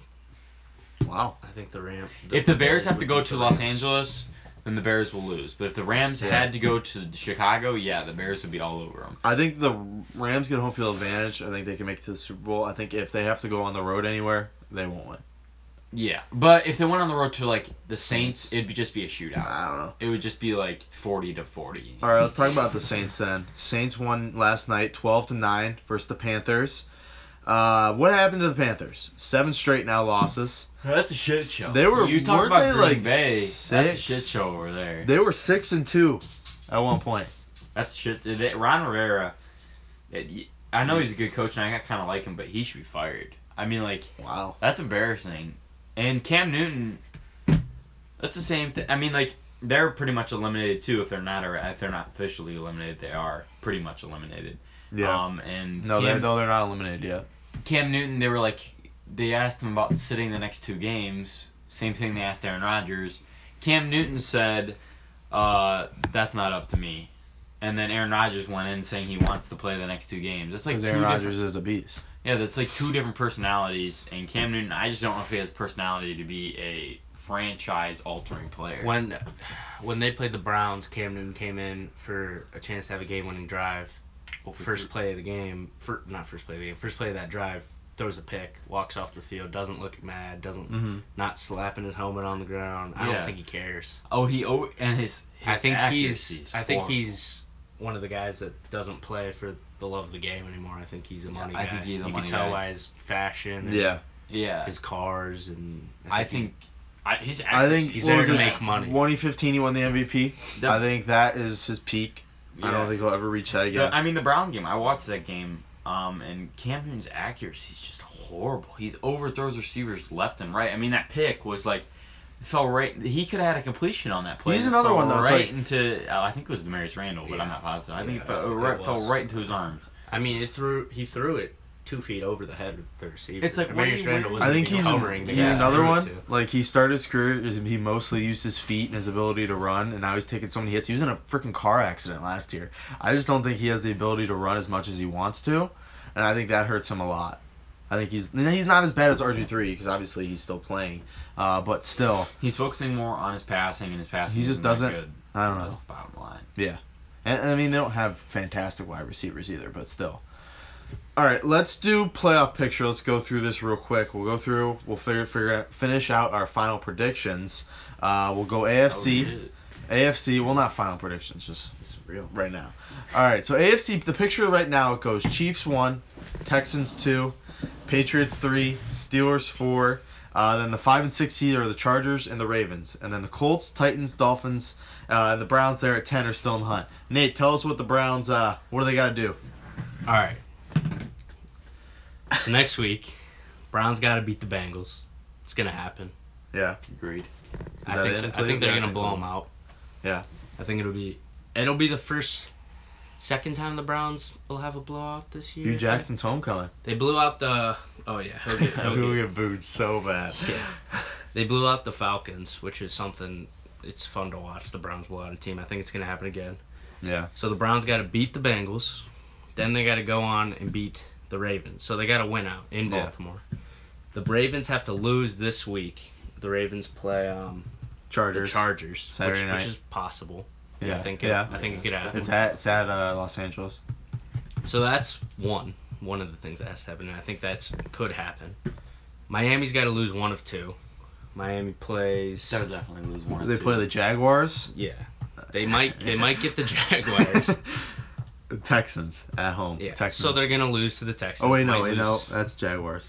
[SPEAKER 1] Wow.
[SPEAKER 3] I think the Rams.
[SPEAKER 2] If the Bears have to go to Los
[SPEAKER 3] Rams.
[SPEAKER 2] Angeles, then the Bears will lose. But if the Rams
[SPEAKER 1] Yeah.
[SPEAKER 2] had to go to Chicago, yeah, the Bears would be all over them.
[SPEAKER 1] I think the Rams get home field advantage. I think they can make it to the Super Bowl. I think if they have to go on the road anywhere, they won't win.
[SPEAKER 2] Yeah, but if they went on the road to like the Saints, it'd be just be a shootout.
[SPEAKER 1] I don't know.
[SPEAKER 2] It would just be like forty to forty.
[SPEAKER 1] All right, let's talk about the Saints then. Saints won last night, twelve to nine, versus the Panthers. Uh, what happened to the Panthers? Seven straight now losses.
[SPEAKER 2] That's a shit show.
[SPEAKER 1] They were-
[SPEAKER 2] You talk
[SPEAKER 1] weren't
[SPEAKER 2] about
[SPEAKER 1] they,
[SPEAKER 2] Green
[SPEAKER 1] like,
[SPEAKER 2] Bay. That's a
[SPEAKER 1] six?
[SPEAKER 2] shit show over there.
[SPEAKER 1] They were six and two at one point.
[SPEAKER 2] That's shit. They, Ron Rivera. it- I know he's a good coach, and I kind of like him, but he should be fired. I mean, like.
[SPEAKER 1] Wow.
[SPEAKER 2] That's embarrassing. And Cam Newton, that's the same thing. I mean, like they're pretty much eliminated too. If they're not, or if they're not officially eliminated, they are pretty much eliminated.
[SPEAKER 1] Yeah.
[SPEAKER 2] Um, and
[SPEAKER 1] no, they're,
[SPEAKER 2] Cam,
[SPEAKER 1] no, they're not eliminated yet.
[SPEAKER 2] Cam Newton, they were like, they asked him about sitting the next two games. Same thing they asked Aaron Rodgers. Cam Newton said, uh, "That's not up to me." And then Aaron Rodgers went in saying he wants to play the next two games. It's like
[SPEAKER 1] Because
[SPEAKER 2] two
[SPEAKER 1] Aaron
[SPEAKER 2] different-
[SPEAKER 1] Rodgers is a beast.
[SPEAKER 2] Yeah, that's like two different personalities, and Cam Newton, I just don't know if he has personality to be a franchise-altering player.
[SPEAKER 3] When when they played the Browns, Cam Newton came in for a chance to have a game-winning drive.
[SPEAKER 2] Well, for
[SPEAKER 3] First
[SPEAKER 2] three-
[SPEAKER 3] play of the game, fir- not first play of the game, first play of that drive, throws a pick, walks off the field, doesn't look mad, doesn't
[SPEAKER 1] Mm-hmm.
[SPEAKER 3] not slapping his helmet on the ground. I
[SPEAKER 2] Yeah.
[SPEAKER 3] don't think he cares.
[SPEAKER 2] Oh, he oh, and his.
[SPEAKER 3] I
[SPEAKER 2] his
[SPEAKER 3] think
[SPEAKER 2] accuracy
[SPEAKER 3] he's
[SPEAKER 2] is
[SPEAKER 3] I think
[SPEAKER 2] horrible.
[SPEAKER 3] he's one of the guys that doesn't play for the love of the game anymore. I think he's a
[SPEAKER 2] Yeah,
[SPEAKER 3] money
[SPEAKER 2] I
[SPEAKER 3] guy.
[SPEAKER 2] think he's a
[SPEAKER 3] you
[SPEAKER 2] money
[SPEAKER 3] can tell
[SPEAKER 2] guy.
[SPEAKER 3] by his fashion. and
[SPEAKER 1] Yeah.
[SPEAKER 2] Yeah.
[SPEAKER 3] His cars and
[SPEAKER 2] I think. I, his
[SPEAKER 1] I think
[SPEAKER 2] accuracy
[SPEAKER 3] He's
[SPEAKER 2] is
[SPEAKER 3] there
[SPEAKER 1] what was
[SPEAKER 3] to
[SPEAKER 1] it,
[SPEAKER 2] horrible.
[SPEAKER 3] make money.
[SPEAKER 1] 2015, he won the MVP.
[SPEAKER 2] The-
[SPEAKER 1] I think that is his peak. I
[SPEAKER 2] yeah.
[SPEAKER 1] don't think he'll ever reach that
[SPEAKER 2] The-
[SPEAKER 1] again.
[SPEAKER 2] I mean, the Brown game. I watched that game. Um, and Cam Newton's accuracy is just horrible. He overthrows receivers left and right. I mean, that pick was like it fell right. He could have had a completion on that play.
[SPEAKER 1] He's
[SPEAKER 2] It
[SPEAKER 1] another
[SPEAKER 2] fell
[SPEAKER 1] one, though. It's
[SPEAKER 2] Right
[SPEAKER 1] like-
[SPEAKER 2] into. Oh, I think it was Demarius Randall, but I'm
[SPEAKER 3] Yeah.
[SPEAKER 2] not positive. I
[SPEAKER 3] Yeah,
[SPEAKER 2] think it
[SPEAKER 3] I
[SPEAKER 2] fell,
[SPEAKER 3] think
[SPEAKER 2] right,
[SPEAKER 3] it
[SPEAKER 2] fell
[SPEAKER 3] was.
[SPEAKER 2] right into his arms.
[SPEAKER 3] I mean, it threw he threw it two feet over the head of the receiver.
[SPEAKER 2] It's like, what are
[SPEAKER 3] Demarius
[SPEAKER 2] you-
[SPEAKER 3] Randall
[SPEAKER 2] what
[SPEAKER 1] I
[SPEAKER 3] wasn't
[SPEAKER 1] think
[SPEAKER 3] even
[SPEAKER 1] he's,
[SPEAKER 3] covering. the
[SPEAKER 1] he's
[SPEAKER 3] guy that
[SPEAKER 1] another
[SPEAKER 3] threw it
[SPEAKER 1] one.
[SPEAKER 3] to.
[SPEAKER 1] Like he started his career, is he mostly used his feet and his ability to run, and now he's taking so many hits. He was in a freaking car accident last year. I just don't think he has the ability to run as much as he wants to, and I think that hurts him a lot. I think he's and he's not as bad as RG three because obviously he's still playing, uh, but still,
[SPEAKER 2] He's focusing more on his passing, and his passing.
[SPEAKER 1] He just
[SPEAKER 2] isn't that
[SPEAKER 1] doesn't-
[SPEAKER 2] Good.
[SPEAKER 1] I don't
[SPEAKER 2] That's
[SPEAKER 1] know.
[SPEAKER 2] the bottom line.
[SPEAKER 1] And, and I mean they don't have fantastic wide receivers either, but still. All right, let's do playoff picture. Let's go through this real quick. We'll go through. We'll figure, figure out, finish out our final predictions. Uh, we'll go
[SPEAKER 3] Oh,
[SPEAKER 1] AFC. AFC, well, not final predictions, just it's real right now. All right, so AFC, the picture right now it goes Chiefs one, Texans two, Patriots three, Steelers four, uh, then the five and six seed are the Chargers and the Ravens, and then the Colts, Titans, Dolphins, uh, and the Browns there at ten are still in the hunt. Nate, tell us what the Browns, uh, what do they got to do?
[SPEAKER 3] All right. So next week, Browns got to beat the Bengals. It's gonna happen.
[SPEAKER 1] Yeah,
[SPEAKER 2] Agreed.
[SPEAKER 3] I
[SPEAKER 1] that
[SPEAKER 3] think
[SPEAKER 1] it?
[SPEAKER 3] th- I think
[SPEAKER 1] Yeah,
[SPEAKER 3] they're
[SPEAKER 1] it's
[SPEAKER 3] gonna blow
[SPEAKER 1] included.
[SPEAKER 3] them out.
[SPEAKER 1] Yeah.
[SPEAKER 3] I think it'll be it'll be the first second time the Browns will have a blowout this year.
[SPEAKER 1] Hugh Jackson's homecoming.
[SPEAKER 3] They blew out the oh yeah he'll get, he'll
[SPEAKER 1] Who
[SPEAKER 3] get-
[SPEAKER 1] get booed so bad.
[SPEAKER 3] Yeah. They blew out the Falcons, which is something. It's fun to watch the Browns blow out a team. I think it's gonna happen again.
[SPEAKER 1] Yeah.
[SPEAKER 3] So the Browns got to beat the Bengals, then they got to go on and beat the Ravens. So they got to win out in
[SPEAKER 1] Yeah.
[SPEAKER 3] Baltimore. The Ravens have to lose this week. The Ravens play um,
[SPEAKER 1] Chargers.
[SPEAKER 3] the Chargers,
[SPEAKER 1] Saturday
[SPEAKER 3] which,
[SPEAKER 1] night.
[SPEAKER 3] which is possible.
[SPEAKER 1] Yeah.
[SPEAKER 3] I think it,
[SPEAKER 1] yeah.
[SPEAKER 3] I think it could happen.
[SPEAKER 1] It's at it's at uh, Los Angeles.
[SPEAKER 3] So that's one one of the things that has to happen, and I think that's could happen. Miami's got to lose one of two. Miami plays.
[SPEAKER 2] They'll definitely lose one. or
[SPEAKER 1] They
[SPEAKER 2] two.
[SPEAKER 1] play the Jaguars.
[SPEAKER 3] Yeah, they might they might get the Jaguars.
[SPEAKER 1] The Texans at home.
[SPEAKER 3] Yeah.
[SPEAKER 1] Texans.
[SPEAKER 3] So they're gonna lose to the Texans.
[SPEAKER 1] Oh wait,
[SPEAKER 3] might
[SPEAKER 1] no, wait, no,
[SPEAKER 3] lose-
[SPEAKER 1] that's Jaguars.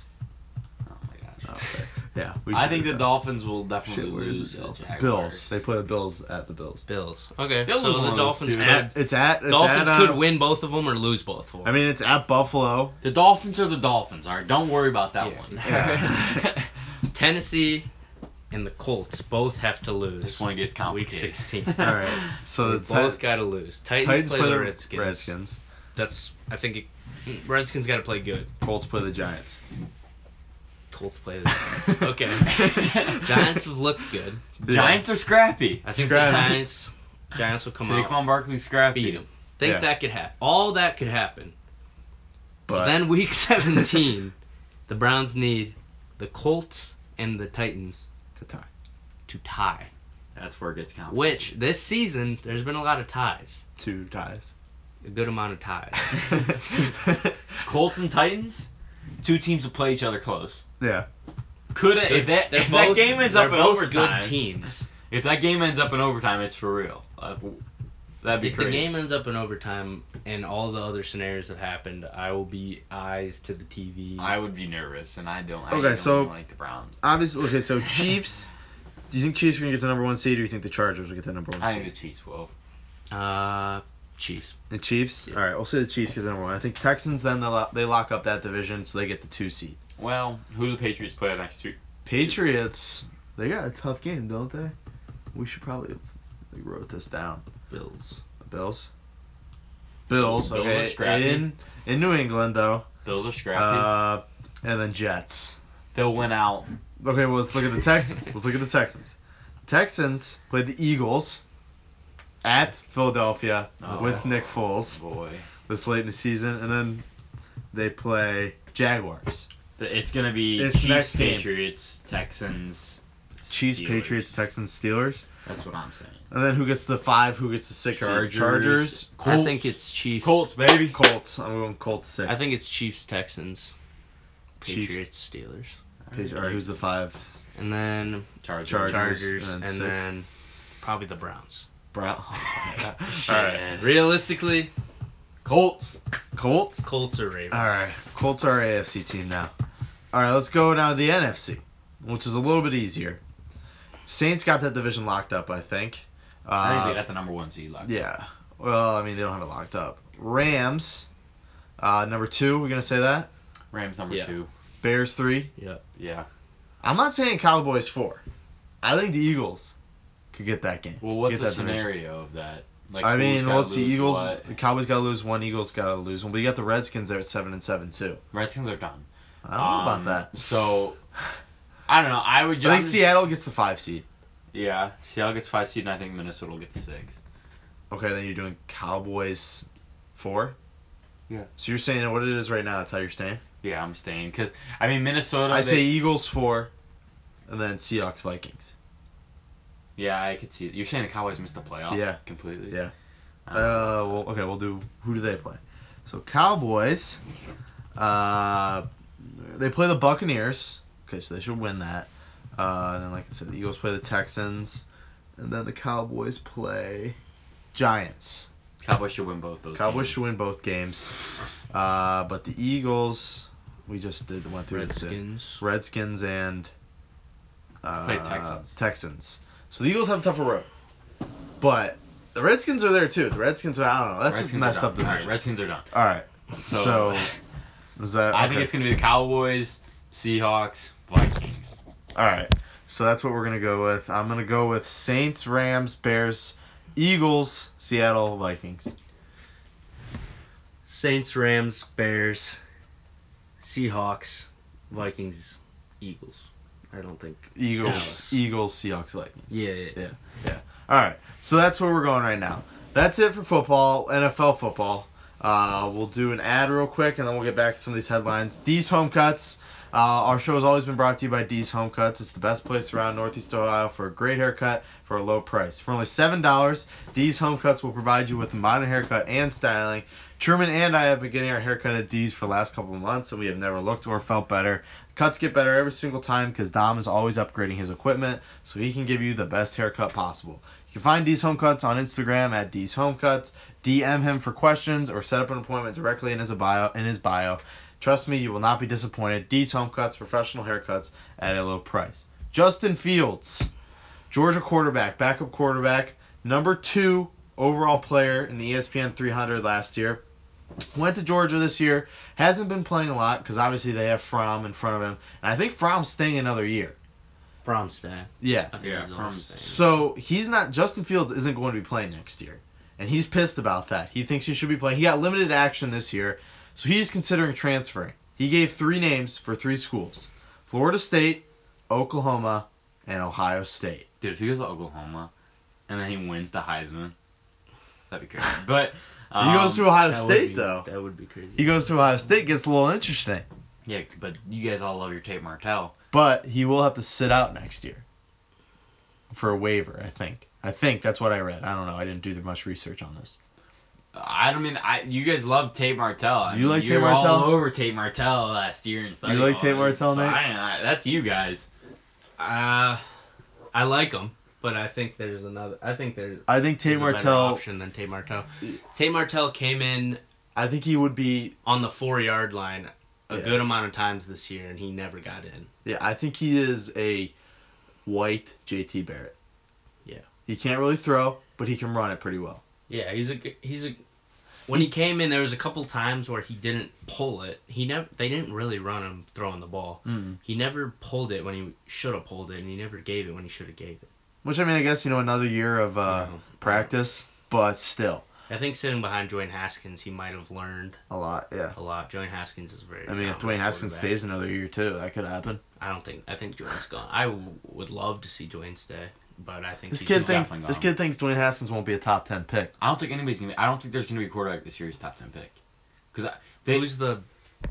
[SPEAKER 2] Oh my gosh.
[SPEAKER 1] Oh, okay. Yeah. we
[SPEAKER 2] I
[SPEAKER 1] should
[SPEAKER 2] think
[SPEAKER 1] do
[SPEAKER 2] the
[SPEAKER 1] that.
[SPEAKER 2] Dolphins will definitely
[SPEAKER 1] Shit, where is
[SPEAKER 2] lose.
[SPEAKER 1] the
[SPEAKER 2] to the
[SPEAKER 1] Dolphins?
[SPEAKER 2] Jaguars.
[SPEAKER 1] Bills. They play the Bills at the Bills.
[SPEAKER 3] Bills. Okay.
[SPEAKER 2] They'll lose
[SPEAKER 3] so
[SPEAKER 2] one
[SPEAKER 3] the
[SPEAKER 2] of those
[SPEAKER 3] Dolphins
[SPEAKER 2] two.
[SPEAKER 3] could
[SPEAKER 1] At- it's at. It's
[SPEAKER 3] Dolphins
[SPEAKER 1] at, uh,
[SPEAKER 3] could win both of them or lose both of them.
[SPEAKER 1] I mean, it's at Buffalo.
[SPEAKER 2] The Dolphins are the Dolphins. All right, don't worry about that
[SPEAKER 3] Yeah.
[SPEAKER 2] one.
[SPEAKER 1] Yeah.
[SPEAKER 3] Tennessee and the Colts both have to lose.
[SPEAKER 2] this one gets complicated.
[SPEAKER 3] Week 16.
[SPEAKER 1] All right. So
[SPEAKER 3] They
[SPEAKER 1] the
[SPEAKER 3] both
[SPEAKER 1] Ti-
[SPEAKER 3] got to lose. Titans,
[SPEAKER 1] Titans
[SPEAKER 3] play, the Redskins.
[SPEAKER 1] Redskins.
[SPEAKER 3] That's I think it, hmm, Redskins got to play good.
[SPEAKER 1] Colts play the Giants.
[SPEAKER 3] Colts play the Okay. Giants have looked good.
[SPEAKER 1] Yeah.
[SPEAKER 2] Giants are scrappy.
[SPEAKER 3] I think
[SPEAKER 1] Scrappy.
[SPEAKER 3] the Giants Giants will come out
[SPEAKER 2] Saquon Barkley scrappy.
[SPEAKER 3] beat them. Think
[SPEAKER 1] Yeah.
[SPEAKER 3] that could happen. All that could happen.
[SPEAKER 1] But
[SPEAKER 3] Then week 17, the Browns need the Colts and the Titans
[SPEAKER 1] the time.
[SPEAKER 3] to tie.
[SPEAKER 2] That's where it gets complicated.
[SPEAKER 3] Which this season there's been a lot of ties,
[SPEAKER 1] Two ties.
[SPEAKER 3] a good amount of ties.
[SPEAKER 2] Colts and Titans, two teams that play each other close.
[SPEAKER 1] yeah.
[SPEAKER 2] Could it, if that
[SPEAKER 3] They're
[SPEAKER 2] if that
[SPEAKER 3] both-
[SPEAKER 2] game ends
[SPEAKER 3] they're
[SPEAKER 2] up in
[SPEAKER 3] both
[SPEAKER 2] overtime,
[SPEAKER 3] good teams.
[SPEAKER 2] if that game ends up in overtime, it's for real. Uh, w- that'd be
[SPEAKER 3] If the
[SPEAKER 2] crazy.
[SPEAKER 3] game ends up in overtime and all the other scenarios have happened, I will be eyes to the TV.
[SPEAKER 2] I would be nervous, and I don't. I
[SPEAKER 1] Okay,
[SPEAKER 2] don't
[SPEAKER 1] so-
[SPEAKER 2] like the Browns.
[SPEAKER 1] Obviously. Okay. So Chiefs. Do you think Chiefs are gonna get the number one seed, or do you think the Chargers will get the number one
[SPEAKER 2] I
[SPEAKER 1] seed?
[SPEAKER 2] think the Chiefs will.
[SPEAKER 3] uh, Chiefs.
[SPEAKER 1] The Chiefs. All right, we'll say the Chiefs because number one. I think Texans. Then they lo- they lock up that division, so they get the two seed.
[SPEAKER 2] Well, who do the Patriots play next week?
[SPEAKER 1] Patriots. They got a tough game, don't they? We should probably we wrote this down.
[SPEAKER 3] Bills.
[SPEAKER 1] Bills. Bills.
[SPEAKER 2] Bills are
[SPEAKER 1] Okay,
[SPEAKER 2] scrappy.
[SPEAKER 1] in in New England though.
[SPEAKER 2] Bills are scrappy.
[SPEAKER 1] Uh, and then Jets.
[SPEAKER 2] They'll win out.
[SPEAKER 1] Okay, well let's look at the Texans. let's look at the Texans. Texans played the Eagles at Philadelphia with
[SPEAKER 2] Oh,
[SPEAKER 1] Nick Foles
[SPEAKER 2] Boy.
[SPEAKER 1] this late in the season, and then they play Jaguars.
[SPEAKER 2] It's gonna be
[SPEAKER 1] It's
[SPEAKER 2] Chiefs,
[SPEAKER 1] next game.
[SPEAKER 2] Patriots, Texans,
[SPEAKER 1] Chiefs,
[SPEAKER 2] Steelers.
[SPEAKER 1] Patriots, Texans, Steelers,
[SPEAKER 2] That's what I'm saying.
[SPEAKER 1] and then who gets the five? Who gets the six? seed?
[SPEAKER 2] Chargers.
[SPEAKER 1] Chargers.
[SPEAKER 3] I think it's Chiefs.
[SPEAKER 2] baby.
[SPEAKER 1] Colts. I'm going Colts six.
[SPEAKER 3] I think it's Chiefs, Texans,
[SPEAKER 1] Chiefs.
[SPEAKER 3] Patriots, Steelers,
[SPEAKER 1] Page, all right, who's the five?
[SPEAKER 3] and then
[SPEAKER 2] Chargers.
[SPEAKER 1] Chargers.
[SPEAKER 3] Chargers,
[SPEAKER 1] and
[SPEAKER 3] and,
[SPEAKER 1] then six.
[SPEAKER 3] then probably the Browns.
[SPEAKER 1] Brown. all right.
[SPEAKER 3] Shit. Realistically, Colts.
[SPEAKER 1] Colts.
[SPEAKER 3] Colts or Ravens.
[SPEAKER 1] All right. Colts are our AFC team now. All right. Let's go now to the NFC, which is a little bit easier. Saints got that division locked up, I think. Uh,
[SPEAKER 2] I think they got the number one seed locked.
[SPEAKER 1] yeah. Well, I mean, they don't have it locked up. Rams, uh, number two. We're gonna say that.
[SPEAKER 2] Rams number
[SPEAKER 3] Yeah.
[SPEAKER 2] two.
[SPEAKER 1] Bears three.
[SPEAKER 3] Yep.
[SPEAKER 2] Yeah.
[SPEAKER 1] I'm not saying Cowboys four. I think the Eagles could get that game.
[SPEAKER 2] Well, what's
[SPEAKER 1] get
[SPEAKER 2] the
[SPEAKER 1] that division.
[SPEAKER 2] scenario of that? Like,
[SPEAKER 1] I
[SPEAKER 2] who's
[SPEAKER 1] mean,
[SPEAKER 2] gotta
[SPEAKER 1] what's the
[SPEAKER 2] lose
[SPEAKER 1] Eagles?
[SPEAKER 2] what?
[SPEAKER 1] The Cowboys got to lose one. Eagles got to lose one. But you got the Redskins there at seven and seven too.
[SPEAKER 2] Redskins are done.
[SPEAKER 1] I don't know about
[SPEAKER 2] Um,
[SPEAKER 1] that.
[SPEAKER 2] So, I don't know. I would.
[SPEAKER 1] I think
[SPEAKER 2] I'm-
[SPEAKER 1] Seattle gets the five seed.
[SPEAKER 2] Yeah, Seattle gets five seed, and I think Minnesota will get the six.
[SPEAKER 1] Okay, then you're doing Cowboys four.
[SPEAKER 2] Yeah.
[SPEAKER 1] So you're saying what it is right now? That's how you're staying.
[SPEAKER 2] Yeah, I'm staying because I mean Minnesota.
[SPEAKER 1] I
[SPEAKER 2] they-
[SPEAKER 1] say Eagles four, and then Seahawks Vikings.
[SPEAKER 2] Yeah, I could see. It. You're saying the Cowboys missed the playoffs.
[SPEAKER 1] Yeah.
[SPEAKER 2] completely.
[SPEAKER 1] Yeah.
[SPEAKER 2] Um,
[SPEAKER 1] Uh, well, okay, we'll do. Who do they play? So Cowboys, uh, they play the Buccaneers. Okay, so they should win that. Uh, and then, like I said, the Eagles play the Texans, and then the Cowboys play Giants.
[SPEAKER 2] Cowboys should win both those.
[SPEAKER 1] Cowboys
[SPEAKER 2] games.
[SPEAKER 1] should win both games. Uh, but the Eagles, we just did went through this, didn't-
[SPEAKER 3] Redskins.
[SPEAKER 1] Redskins and uh,
[SPEAKER 2] Play Texans.
[SPEAKER 1] Texans. So the Eagles have a tougher road, but the Redskins are there too. The Redskins, are, I don't know. That's just
[SPEAKER 2] Redskins are
[SPEAKER 1] messed
[SPEAKER 2] done.
[SPEAKER 1] up the
[SPEAKER 2] All right,
[SPEAKER 1] division.
[SPEAKER 2] Redskins are done.
[SPEAKER 1] All right. So,
[SPEAKER 2] So,
[SPEAKER 1] is that?
[SPEAKER 2] I think it's gonna be the Cowboys, Seahawks, Vikings.
[SPEAKER 1] All right. So that's what we're gonna go with. I'm gonna go with Saints, Rams, Bears, Eagles, Seattle, Vikings.
[SPEAKER 3] Saints, Rams, Bears, Seahawks, Vikings, Eagles. I don't think.
[SPEAKER 1] Eagles,
[SPEAKER 3] Dallas.
[SPEAKER 1] Eagles, Seahawks, Vikings.
[SPEAKER 3] Yeah. yeah,
[SPEAKER 1] Yeah. All right. So that's where we're going right now. That's it for football, NFL football. Uh, we'll do an ad real quick, and then we'll get back to some of these headlines. D's Home Cuts. Uh, our show has always been brought to you by D's Home Cuts. It's the best place around Northeast Ohio for a great haircut for a low price. For only $7, D's Home Cuts will provide you with a modern haircut and styling. Truman and I have been getting our haircut at D's for the last couple of months, and we have never looked or felt better. Cuts get better every single time because Dom is always upgrading his equipment so he can give you the best haircut possible. You can find D's Home Cuts on Instagram at D's Home Cuts. DM him for questions or set up an appointment directly in his bio. In his bio, trust me, you will not be disappointed. D's Home Cuts, professional haircuts at a low price. Justin Fields, Georgia quarterback, backup quarterback, number two overall player in the E ESPN 300 last year. Went to Georgia this year. Hasn't been playing a lot because obviously they have Fromm in front of him, and I think Fromm's staying another year.
[SPEAKER 3] Bromstead.
[SPEAKER 1] Yeah.
[SPEAKER 3] I think
[SPEAKER 2] Yeah,
[SPEAKER 3] he's on
[SPEAKER 2] Bromstead.
[SPEAKER 3] Bromstead.
[SPEAKER 1] So he's not Justin Fields isn't going to be playing next year, and he's pissed about that. He thinks he should be playing. He got limited action this year, so he's considering transferring. He gave three names for three schools: Florida State, Oklahoma, and Ohio State.
[SPEAKER 2] Dude, if he goes to Oklahoma, and then he wins the Heisman, that'd be crazy. But um,
[SPEAKER 1] he goes to Ohio
[SPEAKER 3] That would
[SPEAKER 1] State
[SPEAKER 3] be-
[SPEAKER 1] though.
[SPEAKER 3] That would be crazy.
[SPEAKER 1] He goes to Ohio State, gets a little interesting,
[SPEAKER 2] Yeah, but you guys all love your Tate Martell.
[SPEAKER 1] but he will have to sit out next year for a waiver. I think. I think that's what I read. I don't know. I didn't do much research on this.
[SPEAKER 2] I don't mean I. You guys love Tate Martell. I
[SPEAKER 1] You
[SPEAKER 2] mean,
[SPEAKER 1] like Tate
[SPEAKER 2] you were
[SPEAKER 1] Martell?
[SPEAKER 2] All over Tate Martell last year and stuff.
[SPEAKER 1] You like Tate Martell,
[SPEAKER 2] so
[SPEAKER 1] Nate?
[SPEAKER 2] I, I, that's you guys.
[SPEAKER 3] Uh, I like him, but I think there's another. I think there's.
[SPEAKER 1] I think Tate
[SPEAKER 3] there's a better
[SPEAKER 1] Martell.
[SPEAKER 3] option than Tate Martell. Tate Martell came in
[SPEAKER 1] I think he would be
[SPEAKER 3] on the four yard line a
[SPEAKER 1] Yeah.
[SPEAKER 3] good amount of times this year, and he never got in.
[SPEAKER 1] Yeah, I think he is a white JT Barrett.
[SPEAKER 3] Yeah.
[SPEAKER 1] He can't really throw, but he can run it pretty well.
[SPEAKER 3] Yeah, he's a g- he's a. When he came in, there was a couple times where he didn't pull it. He never they didn't really run him throwing the ball.
[SPEAKER 1] Mm.
[SPEAKER 3] He never pulled it when he should have pulled it, and he never gave it when he should have gave it.
[SPEAKER 1] Which I mean, I guess you know another year of uh,
[SPEAKER 3] Yeah.
[SPEAKER 1] practice, but still,
[SPEAKER 3] I think sitting behind Dwayne Haskins, he might have learned
[SPEAKER 1] a lot. Yeah.
[SPEAKER 3] a lot. Dwayne Haskins is very.
[SPEAKER 1] I mean, if Dwayne
[SPEAKER 3] dominant
[SPEAKER 1] Haskins
[SPEAKER 3] quarterback.
[SPEAKER 1] stays another year too, that could happen.
[SPEAKER 3] I don't think. I think Dwayne's gone. I w- would love to see Dwayne stay, but I think
[SPEAKER 1] This
[SPEAKER 3] he-
[SPEAKER 1] kid
[SPEAKER 3] he's
[SPEAKER 1] thinks
[SPEAKER 2] definitely
[SPEAKER 1] this
[SPEAKER 2] gone.
[SPEAKER 1] kid thinks Dwayne Haskins won't be a top ten pick.
[SPEAKER 2] I don't think anybody's gonna. Be, I don't think there's gonna be a quarterback this year's top ten pick. Because they.
[SPEAKER 3] who's the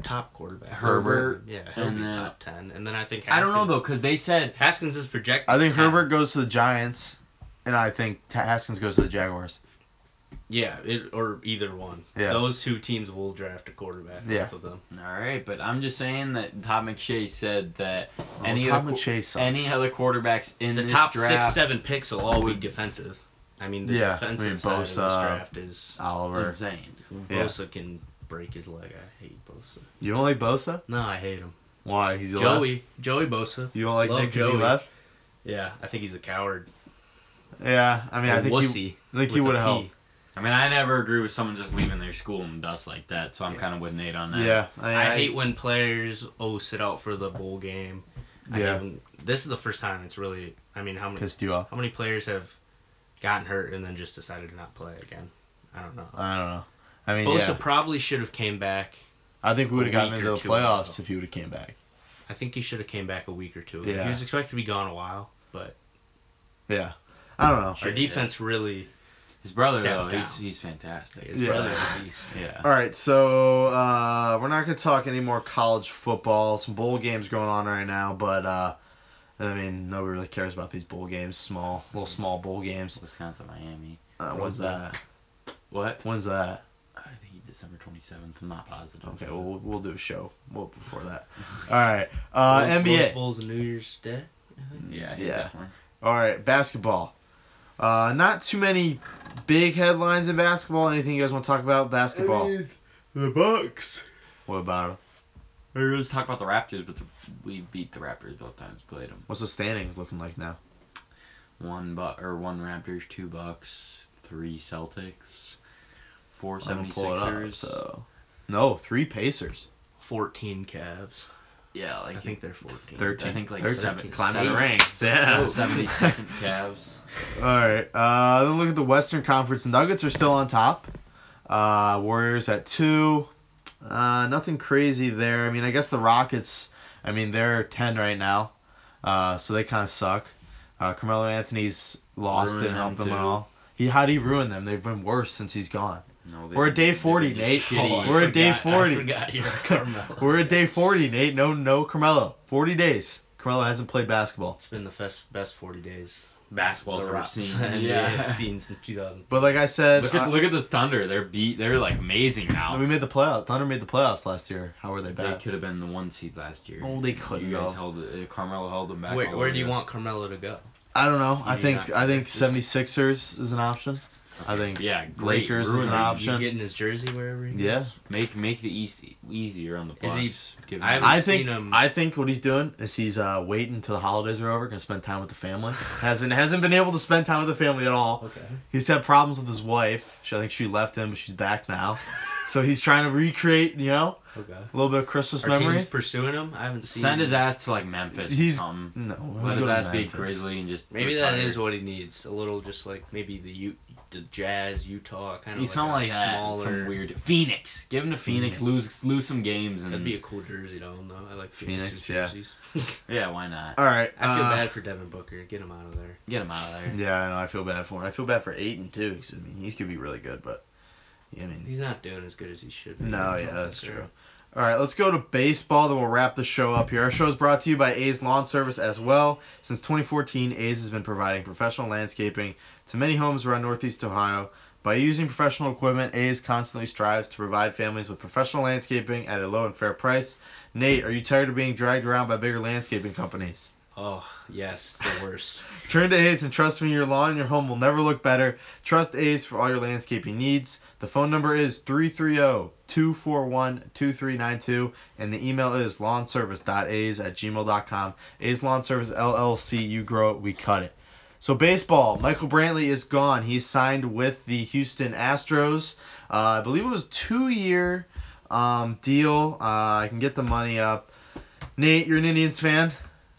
[SPEAKER 3] top quarterback?
[SPEAKER 2] Herbert,
[SPEAKER 3] Yeah, he'll
[SPEAKER 2] and
[SPEAKER 3] be
[SPEAKER 2] then-
[SPEAKER 3] top ten, and then I think.
[SPEAKER 2] I
[SPEAKER 3] Haskins,
[SPEAKER 2] don't know though, because they said
[SPEAKER 3] Haskins is projected.
[SPEAKER 1] I think
[SPEAKER 3] 10.
[SPEAKER 1] Herbert goes to the Giants, and I think Ta- Haskins goes to the Jaguars.
[SPEAKER 3] Yeah, it, or either one.
[SPEAKER 1] Yeah.
[SPEAKER 3] Those two teams will draft a quarterback.
[SPEAKER 1] Yeah.
[SPEAKER 3] Both of them.
[SPEAKER 2] All right, but I'm just saying that Todd McShay said that any
[SPEAKER 1] Tom
[SPEAKER 2] other qu-
[SPEAKER 1] McShay sucks.
[SPEAKER 2] any other quarterbacks in
[SPEAKER 3] the
[SPEAKER 2] this
[SPEAKER 3] top
[SPEAKER 2] draft,
[SPEAKER 3] six, seven picks will all be defensive. I mean, the
[SPEAKER 1] Yeah, I
[SPEAKER 3] defensive
[SPEAKER 1] mean,
[SPEAKER 3] side of this
[SPEAKER 1] Bosa,
[SPEAKER 3] draft is
[SPEAKER 1] Oliver,
[SPEAKER 2] I'm saying.
[SPEAKER 1] Yeah.
[SPEAKER 3] Bosa can break his leg. I hate Bosa.
[SPEAKER 1] you don't like Bosa?
[SPEAKER 3] No, I hate him.
[SPEAKER 1] Why? He's
[SPEAKER 3] Joey,
[SPEAKER 1] left?
[SPEAKER 3] Joey Bosa.
[SPEAKER 1] You don't like
[SPEAKER 3] Love
[SPEAKER 1] Nick 'cause he
[SPEAKER 3] Joey.
[SPEAKER 1] left?
[SPEAKER 3] Yeah, I think he's a coward.
[SPEAKER 1] Yeah, I mean, I
[SPEAKER 3] A
[SPEAKER 1] think
[SPEAKER 3] wussy.
[SPEAKER 1] he, I think he
[SPEAKER 3] with
[SPEAKER 1] would
[SPEAKER 3] a P.
[SPEAKER 1] have helped.
[SPEAKER 2] I mean, I never agree with someone just leaving their school in the dust like that, so I'm
[SPEAKER 3] Yeah.
[SPEAKER 2] kind of with Nate on that.
[SPEAKER 1] Yeah,
[SPEAKER 3] I, hate when players oh sit out for the bowl game. I
[SPEAKER 1] Yeah.
[SPEAKER 3] hate when- this is the first time it's really. I mean, how many
[SPEAKER 1] pissed you off.
[SPEAKER 3] how many players have gotten hurt and then just decided to not play again? I don't know.
[SPEAKER 1] I don't know. I mean,
[SPEAKER 3] Bosa
[SPEAKER 1] yeah,
[SPEAKER 3] probably should have came back.
[SPEAKER 1] I think we would have
[SPEAKER 3] a
[SPEAKER 1] gotten
[SPEAKER 3] week
[SPEAKER 1] into
[SPEAKER 3] or
[SPEAKER 1] the
[SPEAKER 3] two ago.
[SPEAKER 1] playoffs if you would have came back.
[SPEAKER 3] I think he should have came back a week or two. ago.
[SPEAKER 1] Yeah.
[SPEAKER 3] He was expected to be gone a while, but
[SPEAKER 1] Yeah, I don't know.
[SPEAKER 3] our defense really
[SPEAKER 2] His brother
[SPEAKER 3] Step
[SPEAKER 2] though, he's,
[SPEAKER 3] down.
[SPEAKER 2] he's fantastic.
[SPEAKER 3] his
[SPEAKER 1] Yeah.
[SPEAKER 3] brother is a beast.
[SPEAKER 2] Yeah.
[SPEAKER 1] All right, so uh, we're not going to talk any more college football. Some bowl games going on right now, but uh, I mean, nobody really cares about these bowl games. Small, little small bowl games.
[SPEAKER 2] Wisconsin, Miami.
[SPEAKER 1] Uh, when's that?
[SPEAKER 2] What?
[SPEAKER 1] When's that?
[SPEAKER 2] I think December 27th. I'm not positive.
[SPEAKER 1] Okay, well, we'll we'll do a show well before that. All right, uh,
[SPEAKER 3] Rose- Rose
[SPEAKER 1] NBA.
[SPEAKER 3] Bowl's New Year's Day.
[SPEAKER 2] Yeah. I think
[SPEAKER 1] Yeah.
[SPEAKER 2] That one.
[SPEAKER 1] All right, basketball. Uh, not too many big headlines in basketball. Anything you guys want to talk about? Basketball.
[SPEAKER 2] The Bucks.
[SPEAKER 1] What about 'em?
[SPEAKER 2] Let's talk about the Raptors, but the, we beat the Raptors both times. Played them.
[SPEAKER 1] What's the standings looking like now?
[SPEAKER 2] One buck or one Raptors, two Bucks, three Celtics, four
[SPEAKER 1] I'm gonna pull it
[SPEAKER 2] 76ers.
[SPEAKER 1] up, so. No, three Pacers.
[SPEAKER 3] 14 Cavs.
[SPEAKER 2] Yeah, like
[SPEAKER 3] I think they're 14.
[SPEAKER 1] 13.
[SPEAKER 2] I think like
[SPEAKER 1] 13.
[SPEAKER 2] seven,
[SPEAKER 1] Climbing the
[SPEAKER 2] seven-
[SPEAKER 1] ranks. Yeah.
[SPEAKER 2] 72nd Cavs.
[SPEAKER 1] All right. Uh, then look at the Western Conference. Nuggets are still on top. Uh, Warriors at two. Uh, nothing crazy there. I mean, I guess the Rockets. I mean, they're ten right now, uh, so they kind of suck. Uh, Carmelo Anthony's lost
[SPEAKER 2] Ruined
[SPEAKER 1] didn't help
[SPEAKER 2] them,
[SPEAKER 1] them at
[SPEAKER 2] too.
[SPEAKER 1] all. He how do you ruin them? They've been worse since he's gone.
[SPEAKER 2] No, they-
[SPEAKER 1] We're at day
[SPEAKER 2] they're
[SPEAKER 1] 40,
[SPEAKER 2] just
[SPEAKER 1] Nate.
[SPEAKER 2] shitty.
[SPEAKER 1] Oh, We're at day 40.
[SPEAKER 3] I forgot you're at Carmelo.
[SPEAKER 1] We're at day forty, Nate. No, no Carmelo. Forty days. Carmelo hasn't played basketball.
[SPEAKER 3] It's been the best, best 40 days
[SPEAKER 2] Basketball's
[SPEAKER 3] the
[SPEAKER 2] ever
[SPEAKER 3] Rock-
[SPEAKER 2] seen.
[SPEAKER 3] NBA
[SPEAKER 2] Yeah.
[SPEAKER 3] has seen since 2000.
[SPEAKER 1] But like I said,
[SPEAKER 2] Look at
[SPEAKER 1] uh,
[SPEAKER 2] look at the Thunder. They're beat. They're like amazing now.
[SPEAKER 1] we made the playoff. Thunder made the playoffs last year. How were they
[SPEAKER 2] They
[SPEAKER 1] bad?
[SPEAKER 2] could have been the one seed last year.
[SPEAKER 1] Oh, they couldn't,
[SPEAKER 2] You guys
[SPEAKER 1] though.
[SPEAKER 2] held it. uh, Carmelo held them back.
[SPEAKER 3] Where,
[SPEAKER 2] all
[SPEAKER 3] where do you
[SPEAKER 2] year.
[SPEAKER 3] want Carmelo to go?
[SPEAKER 1] I don't know. I
[SPEAKER 2] do
[SPEAKER 1] think
[SPEAKER 2] not
[SPEAKER 1] I think
[SPEAKER 2] think
[SPEAKER 1] 76ers is an option. I think
[SPEAKER 2] Yeah, great.
[SPEAKER 1] Lakers is
[SPEAKER 2] Ruin
[SPEAKER 1] an
[SPEAKER 2] it. You
[SPEAKER 1] option.
[SPEAKER 3] You getting his jersey wherever he goes?
[SPEAKER 1] Yeah.
[SPEAKER 2] Make make the East e- easier on the
[SPEAKER 3] Is
[SPEAKER 2] Bucks.
[SPEAKER 3] he-
[SPEAKER 2] Give him-
[SPEAKER 3] I haven't
[SPEAKER 1] I think
[SPEAKER 3] seen him-
[SPEAKER 1] I think what he's doing is he's uh, waiting until the holidays are over, gonna spend time with the family. hasn't hasn't been able to spend time with the family at all.
[SPEAKER 3] Okay.
[SPEAKER 1] He's had problems with his wife. She, I think she left him, but she's back now. so he's trying to recreate, you know,
[SPEAKER 3] Okay.
[SPEAKER 1] a little bit of Christmas
[SPEAKER 3] Are teams
[SPEAKER 1] memories.
[SPEAKER 3] pursuing him? I haven't seen
[SPEAKER 2] send his ass to like Memphis.
[SPEAKER 1] He's
[SPEAKER 2] um,
[SPEAKER 1] no. why would he
[SPEAKER 2] let his
[SPEAKER 1] go to
[SPEAKER 2] ass be a
[SPEAKER 1] Memphis?
[SPEAKER 2] Grizzly and just.
[SPEAKER 3] Maybe that
[SPEAKER 2] retire.
[SPEAKER 3] is what he needs. A little, just like maybe the U, the Jazz, Utah, kind of
[SPEAKER 2] He's not
[SPEAKER 3] like
[SPEAKER 2] like
[SPEAKER 3] a
[SPEAKER 2] that.
[SPEAKER 3] smaller.
[SPEAKER 2] Some weird Phoenix. Give him to Phoenix.
[SPEAKER 1] Phoenix.
[SPEAKER 2] Lose lose some games and.
[SPEAKER 3] That'd be a cool jersey to own, though. I like Phoenix,
[SPEAKER 1] Phoenix, yeah.
[SPEAKER 3] jerseys.
[SPEAKER 2] yeah, why not?
[SPEAKER 1] All right.
[SPEAKER 3] I feel
[SPEAKER 1] uh,
[SPEAKER 3] bad for Devin Booker. Get him out of there.
[SPEAKER 2] Get him out of there.
[SPEAKER 1] Yeah, I know. I feel bad for him. I feel bad for Aiden too, because I mean, he could be really good, but yeah, I mean,
[SPEAKER 3] He's not doing as good as he should be.
[SPEAKER 1] No, yeah, that's true. All right, let's go to baseball, then we'll wrap the show up here. Our show is brought to you by A's Lawn Service as well. Since 2014, A's has been providing professional landscaping to many homes around Northeast Ohio. By using professional equipment, A's constantly strives to provide families with professional landscaping at a low and fair price. Nate, are you tired of being dragged around by bigger landscaping companies?
[SPEAKER 3] Oh, yes, the worst.
[SPEAKER 1] Turn to A's and trust me, your lawn and your home will never look better. Trust A's for all your landscaping needs. The phone number is 330-241-2392, and the email is lawnservice.a's at gmail.com. A's Lawn Service LLC, you grow it, we cut it. So baseball, Michael Brantley is gone. He signed with the Houston Astros. Uh, I believe it was two-year um, deal. Uh, I can get the money up. Nate, you're an Indians fan.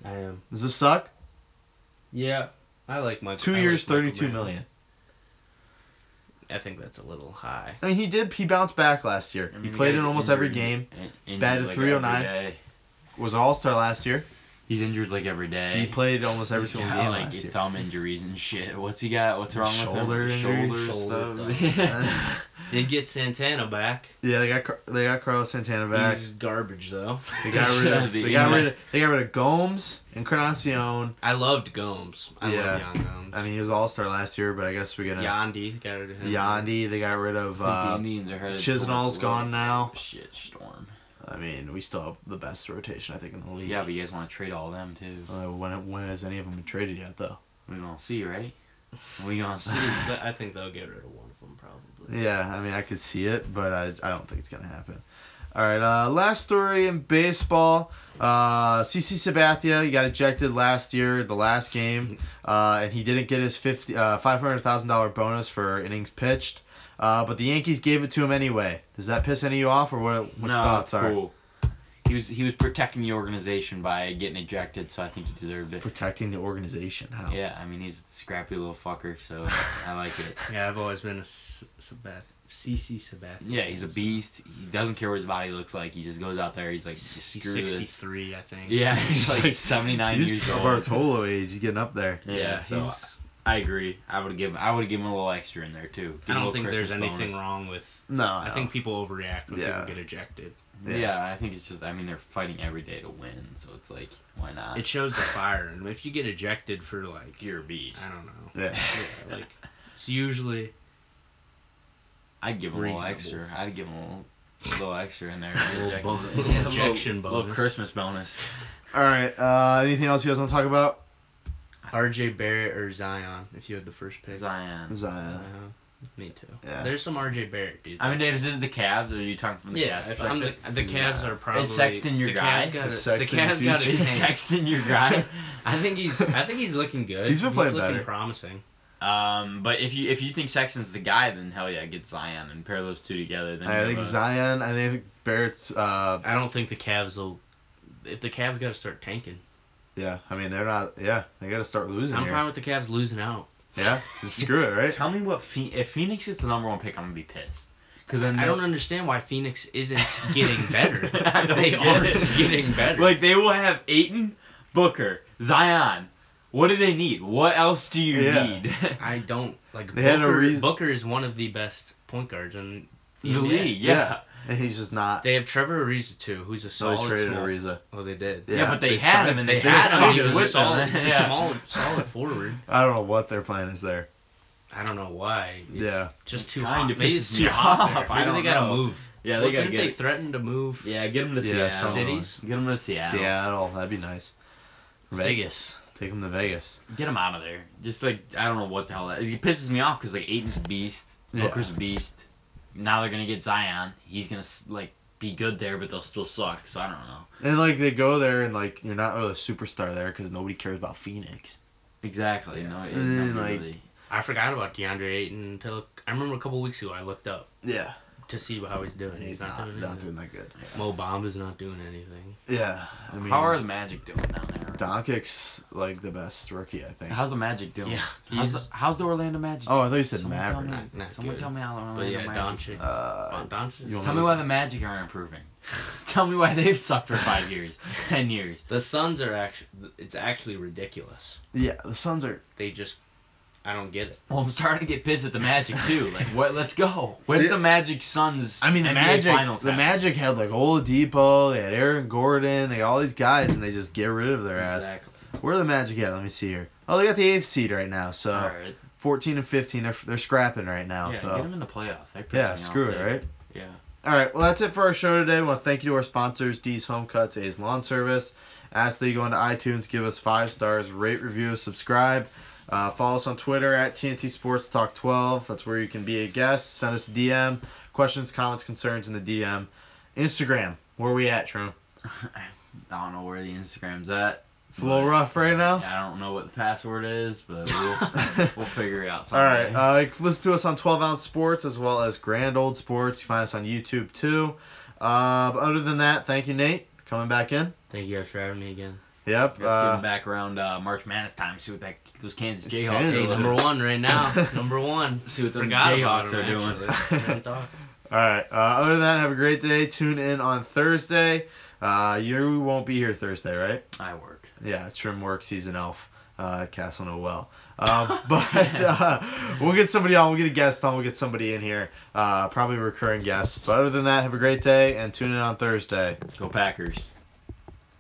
[SPEAKER 3] I am.
[SPEAKER 1] Does this suck?
[SPEAKER 3] Yeah, I like Michael.
[SPEAKER 1] Two
[SPEAKER 3] I
[SPEAKER 1] years,
[SPEAKER 3] like Michael
[SPEAKER 1] thirty-two
[SPEAKER 3] Brantley.
[SPEAKER 1] million.
[SPEAKER 3] I think that's a little high.
[SPEAKER 1] I mean, he did. He bounced back last year.
[SPEAKER 2] I mean,
[SPEAKER 1] he
[SPEAKER 2] the
[SPEAKER 1] played
[SPEAKER 2] guy's
[SPEAKER 1] in almost every
[SPEAKER 2] injured,
[SPEAKER 1] game.
[SPEAKER 2] in- injured,
[SPEAKER 1] batted
[SPEAKER 2] like,
[SPEAKER 1] 309.
[SPEAKER 2] every day.
[SPEAKER 1] Was an All Star last year.
[SPEAKER 2] He's injured like every day.
[SPEAKER 1] He played almost every
[SPEAKER 2] He's
[SPEAKER 1] single
[SPEAKER 2] got,
[SPEAKER 1] game
[SPEAKER 2] like
[SPEAKER 1] last year.
[SPEAKER 2] thumb injuries and shit. What's he got? What's wrong
[SPEAKER 1] Shoulder
[SPEAKER 2] with him?
[SPEAKER 1] injury,
[SPEAKER 3] shoulder
[SPEAKER 2] stuff.
[SPEAKER 3] Did get Santana back.
[SPEAKER 1] Yeah, they got Car- they got Carlos Santana back.
[SPEAKER 3] He's garbage though.
[SPEAKER 1] They got rid
[SPEAKER 2] Yeah,
[SPEAKER 1] of
[SPEAKER 2] the-
[SPEAKER 1] they got rid of, they got rid of Gomes and Carnacion.
[SPEAKER 3] I loved Gomes. I
[SPEAKER 1] Yeah.
[SPEAKER 3] love Jan Gomes.
[SPEAKER 1] I mean, he was All Star last year, but I guess we're gonna
[SPEAKER 3] Yandy got rid of him.
[SPEAKER 1] Yandi. They got rid of
[SPEAKER 2] the
[SPEAKER 1] uh,
[SPEAKER 2] Indians are headed
[SPEAKER 1] Chisenhall's
[SPEAKER 2] towards a
[SPEAKER 1] gone
[SPEAKER 2] little
[SPEAKER 1] now.
[SPEAKER 2] Shit storm.
[SPEAKER 1] I mean, we still have the best rotation I think in the league.
[SPEAKER 2] Yeah, but you guys want to trade all them too.
[SPEAKER 1] Uh, when when has any of them been traded yet though?
[SPEAKER 2] We gonna see, right? We gonna see.
[SPEAKER 3] But I think they'll get rid of one of them probably.
[SPEAKER 1] Yeah, I mean, I could see it, but I, I don't think it's going to happen. All right, uh, last story in baseball. Uh, CC Sabathia, he got ejected last year, the last game, uh, and he didn't get his 50, uh, $500,000 bonus for innings pitched. Uh, but the Yankees gave it to him anyway. Does that piss any of you off, or what? What your
[SPEAKER 2] no,
[SPEAKER 1] thoughts
[SPEAKER 2] it's
[SPEAKER 1] are?
[SPEAKER 2] cool. He was he was protecting the organization by getting ejected, so I think he deserved it.
[SPEAKER 1] Protecting the organization. How?
[SPEAKER 2] Yeah, I mean he's a scrappy little fucker, so I like it.
[SPEAKER 3] Yeah, I've always been a S- Sabath, CC Sabath.
[SPEAKER 2] Yeah, he's a beast. He doesn't care what his body looks like. He just goes out there. He's like,
[SPEAKER 3] He's
[SPEAKER 2] screw this.
[SPEAKER 3] 63, I think.
[SPEAKER 2] Yeah, he's like 79
[SPEAKER 1] he's
[SPEAKER 2] years old.
[SPEAKER 1] Bartolo age. He's getting up there.
[SPEAKER 2] Yeah,
[SPEAKER 3] Yeah,
[SPEAKER 2] so
[SPEAKER 3] he's-
[SPEAKER 2] I agree. I would give I would give him a little extra in there too. Give
[SPEAKER 3] I
[SPEAKER 2] him a
[SPEAKER 3] don't
[SPEAKER 2] little
[SPEAKER 3] think there's
[SPEAKER 2] Christmas
[SPEAKER 3] anything
[SPEAKER 2] bonus.
[SPEAKER 3] wrong with.
[SPEAKER 1] No,
[SPEAKER 3] I think people overreact when
[SPEAKER 1] Yeah.
[SPEAKER 3] people get ejected.
[SPEAKER 1] Yeah.
[SPEAKER 2] Yeah. I think it's just I mean they're fighting every day to win, so it's like why not?
[SPEAKER 3] It shows the fire, and if you get ejected for like,
[SPEAKER 2] you're a beast.
[SPEAKER 3] I don't know,
[SPEAKER 1] Yeah.
[SPEAKER 3] yeah, like it's usually
[SPEAKER 2] I'd give him a little
[SPEAKER 3] Reasonable.
[SPEAKER 2] extra. I'd give him a little, little extra in there.
[SPEAKER 3] Little
[SPEAKER 2] Eject-
[SPEAKER 3] bonus.
[SPEAKER 2] yeah,
[SPEAKER 3] Little
[SPEAKER 2] little-
[SPEAKER 3] ejection
[SPEAKER 2] Little
[SPEAKER 3] bonus.
[SPEAKER 2] Christmas bonus.
[SPEAKER 1] All right. Uh, anything else you guys want to talk about?
[SPEAKER 3] R.J. Barrett or Zion if you had the first pick.
[SPEAKER 2] Zion.
[SPEAKER 1] Zion.
[SPEAKER 3] Uh, me too.
[SPEAKER 1] Yeah.
[SPEAKER 3] There's some R.J. Barrett dudes.
[SPEAKER 2] I mean, Dave, is it the Cavs or are you talking from the
[SPEAKER 3] yeah,
[SPEAKER 2] Cavs?
[SPEAKER 3] if I'm the, the Cavs are probably
[SPEAKER 2] Sexton your
[SPEAKER 3] the
[SPEAKER 2] guy?
[SPEAKER 3] Cavs got a,
[SPEAKER 1] Is
[SPEAKER 3] the
[SPEAKER 1] Sexton
[SPEAKER 3] Cavs got
[SPEAKER 1] a
[SPEAKER 3] a
[SPEAKER 2] Is
[SPEAKER 3] tank.
[SPEAKER 2] Sexton your guy?
[SPEAKER 3] I think he's I think he's looking good.
[SPEAKER 1] He's been playing
[SPEAKER 3] looking
[SPEAKER 1] better.
[SPEAKER 3] promising.
[SPEAKER 2] Um, but if you if you think Sexton's the guy, then hell yeah, get Zion and pair those two together. Then
[SPEAKER 1] I
[SPEAKER 2] you
[SPEAKER 1] think
[SPEAKER 2] have a-
[SPEAKER 1] Zion. I think Barrett's. Uh,
[SPEAKER 3] I don't think the Cavs will. If the Cavs got to start tanking,
[SPEAKER 1] yeah, I mean they're not. Yeah, they got to start losing
[SPEAKER 3] I'm
[SPEAKER 1] here.
[SPEAKER 3] fine with the Cavs losing out.
[SPEAKER 1] Yeah, just screw it, right?
[SPEAKER 2] Tell me what Phe- if Phoenix is the number one pick, I'm gonna be pissed. Because then
[SPEAKER 3] I
[SPEAKER 2] they'll-
[SPEAKER 3] don't understand why Phoenix isn't getting better.
[SPEAKER 2] I don't
[SPEAKER 3] they
[SPEAKER 2] get
[SPEAKER 3] aren't
[SPEAKER 2] it.
[SPEAKER 3] getting better.
[SPEAKER 2] Like they will have Aiton, Booker, Zion. What do they need? What else do you
[SPEAKER 1] Yeah.
[SPEAKER 2] need?
[SPEAKER 3] I don't like
[SPEAKER 1] They had a
[SPEAKER 3] Booker.
[SPEAKER 1] reason-
[SPEAKER 3] Booker is one of the best point guards in
[SPEAKER 2] the
[SPEAKER 3] NBA.
[SPEAKER 2] league, yeah.
[SPEAKER 1] Yeah. And he's just not.
[SPEAKER 3] They have Trevor Ariza too, who's a
[SPEAKER 1] so Oh, they
[SPEAKER 3] solid
[SPEAKER 1] traded
[SPEAKER 3] small.
[SPEAKER 1] Ariza.
[SPEAKER 3] Oh, they did.
[SPEAKER 1] Yeah.
[SPEAKER 2] Yeah, but they,
[SPEAKER 3] They
[SPEAKER 2] had
[SPEAKER 3] signed-
[SPEAKER 2] him and they,
[SPEAKER 3] They had him.
[SPEAKER 2] signed
[SPEAKER 3] He was a
[SPEAKER 2] with
[SPEAKER 3] solid,
[SPEAKER 2] them.
[SPEAKER 3] he's a
[SPEAKER 2] Yeah.
[SPEAKER 3] solid, solid forward.
[SPEAKER 1] I don't know what their plan is there.
[SPEAKER 3] I don't know why. It's
[SPEAKER 1] Yeah.
[SPEAKER 3] Just
[SPEAKER 2] It
[SPEAKER 3] too
[SPEAKER 2] kinda
[SPEAKER 3] hot. Maybe it's
[SPEAKER 2] pisses
[SPEAKER 3] too
[SPEAKER 2] me
[SPEAKER 3] hot. there.
[SPEAKER 2] off. I
[SPEAKER 3] Maybe they
[SPEAKER 2] don't
[SPEAKER 3] gotta
[SPEAKER 2] know.
[SPEAKER 3] move.
[SPEAKER 2] Yeah,
[SPEAKER 3] Well,
[SPEAKER 2] they gotta
[SPEAKER 3] didn't they
[SPEAKER 2] get.
[SPEAKER 3] threaten to move?
[SPEAKER 2] Yeah, get him to
[SPEAKER 1] Yeah,
[SPEAKER 2] Seattle.
[SPEAKER 1] something
[SPEAKER 3] like- Cities?
[SPEAKER 2] Get him to Seattle.
[SPEAKER 1] Seattle, that'd be nice. Vegas, take him to Vegas.
[SPEAKER 2] Get him out of there. Just like I don't know what the hell that. It pisses me off because like Aiton's a beast,
[SPEAKER 1] Yeah.
[SPEAKER 2] Booker's a beast. Now they're gonna get Zion. He's gonna s- like be good there, but they'll still suck. So I don't know.
[SPEAKER 1] And like they go there, and like you're not really a superstar there because nobody cares about Phoenix.
[SPEAKER 2] Exactly. No, it,
[SPEAKER 1] And then,
[SPEAKER 2] nobody
[SPEAKER 1] like-
[SPEAKER 2] really-
[SPEAKER 3] I forgot about DeAndre Ayton until I remember a couple weeks ago. I looked up
[SPEAKER 1] Yeah,
[SPEAKER 3] to see how he's doing.
[SPEAKER 1] and he's not
[SPEAKER 3] doing
[SPEAKER 1] not
[SPEAKER 3] anything.
[SPEAKER 1] doing that good.
[SPEAKER 3] Mo Bamba's not doing anything.
[SPEAKER 1] Yeah, I mean,
[SPEAKER 2] How are the Magic doing down there?
[SPEAKER 1] Doncic's like the best rookie, I think.
[SPEAKER 2] How's the Magic doing?
[SPEAKER 3] Yeah,
[SPEAKER 2] How's the,
[SPEAKER 3] he's-
[SPEAKER 2] how's the Orlando Magic?
[SPEAKER 1] Oh, I thought you said
[SPEAKER 2] Someone tell me-
[SPEAKER 1] Mavericks.
[SPEAKER 3] Not- not
[SPEAKER 2] Someone
[SPEAKER 3] good.
[SPEAKER 2] tell me how the
[SPEAKER 3] But
[SPEAKER 2] Orlando
[SPEAKER 3] yeah,
[SPEAKER 2] Magic.
[SPEAKER 3] Doncic.
[SPEAKER 1] Uh,
[SPEAKER 3] Doncic.
[SPEAKER 1] you want
[SPEAKER 2] Tell me why the Magic aren't improving. tell me why they've sucked for five years, ten years.
[SPEAKER 3] The Suns are actually. It's actually ridiculous.
[SPEAKER 1] yeah, the Suns are
[SPEAKER 3] They just. I don't get it.
[SPEAKER 2] Well, I'm starting to get pissed at the Magic too. Like, what? Let's go. Where's
[SPEAKER 1] Yeah.
[SPEAKER 2] the Magic Suns?
[SPEAKER 1] I mean, the
[SPEAKER 2] NBA
[SPEAKER 1] Magic.
[SPEAKER 2] Finals
[SPEAKER 1] the
[SPEAKER 2] at?
[SPEAKER 1] Magic had like Oladipo, they had Aaron Gordon, they got all these guys, and they just get rid of their ass.
[SPEAKER 2] Exactly.
[SPEAKER 1] Where are the Magic at? Let me see here. Oh, they got the eighth seed right now, so
[SPEAKER 2] All right.
[SPEAKER 1] 14 and 15. They're they're scrapping right now.
[SPEAKER 2] yeah,
[SPEAKER 1] so.
[SPEAKER 2] get them in the playoffs. That pisses me
[SPEAKER 1] yeah,
[SPEAKER 2] off,
[SPEAKER 1] screw it,
[SPEAKER 2] too.
[SPEAKER 1] right?
[SPEAKER 2] Yeah.
[SPEAKER 1] All right, well, that's it for our show today. I want to thank you to our sponsors, D's Home Cuts, A's Lawn Service. Ask that you go into iTunes, give us five stars, rate, review, subscribe. Uh, follow us on Twitter at TNT Sports Talk 12. That's where you can be a guest. Send us a DM, questions, comments, concerns in the DM. Instagram, where we at, Trim?
[SPEAKER 2] I don't know where the Instagram's at.
[SPEAKER 1] It's a little
[SPEAKER 2] but-
[SPEAKER 1] rough right now.
[SPEAKER 2] Yeah, I don't know what the password is, but we'll, we'll figure it out.
[SPEAKER 1] All
[SPEAKER 2] Someday.
[SPEAKER 1] right, uh, you can listen to us on 12 Ounce Sports as well as Grand Old Sports. You can find us on YouTube too. Uh, but other than that, thank you, Nate, coming back in.
[SPEAKER 3] Thank you guys for having me again.
[SPEAKER 1] Yep.
[SPEAKER 2] Give them
[SPEAKER 1] Uh,
[SPEAKER 2] back around uh, March Madness time. See what that those Kansas
[SPEAKER 1] It's
[SPEAKER 2] Jayhawks.
[SPEAKER 1] Kansas.
[SPEAKER 2] are
[SPEAKER 3] He's
[SPEAKER 2] doing.
[SPEAKER 3] number one right now. Number one.
[SPEAKER 2] See what them
[SPEAKER 3] Forgot
[SPEAKER 2] Jayhawks
[SPEAKER 3] about him,
[SPEAKER 2] are doing.
[SPEAKER 3] actually. Didn't talk.
[SPEAKER 1] all right. Uh, other than that, have a great day. Tune in on Thursday. Uh, you won't be here Thursday, right?
[SPEAKER 2] I work.
[SPEAKER 1] Yeah, Trim Works. He's an elf. Uh, Castle No Well. Um, but uh, we'll get somebody on. We'll get a guest on. We'll get somebody in here. Uh, probably a recurring guest. But other than that, have a great day and tune in on Thursday.
[SPEAKER 2] Go Packers.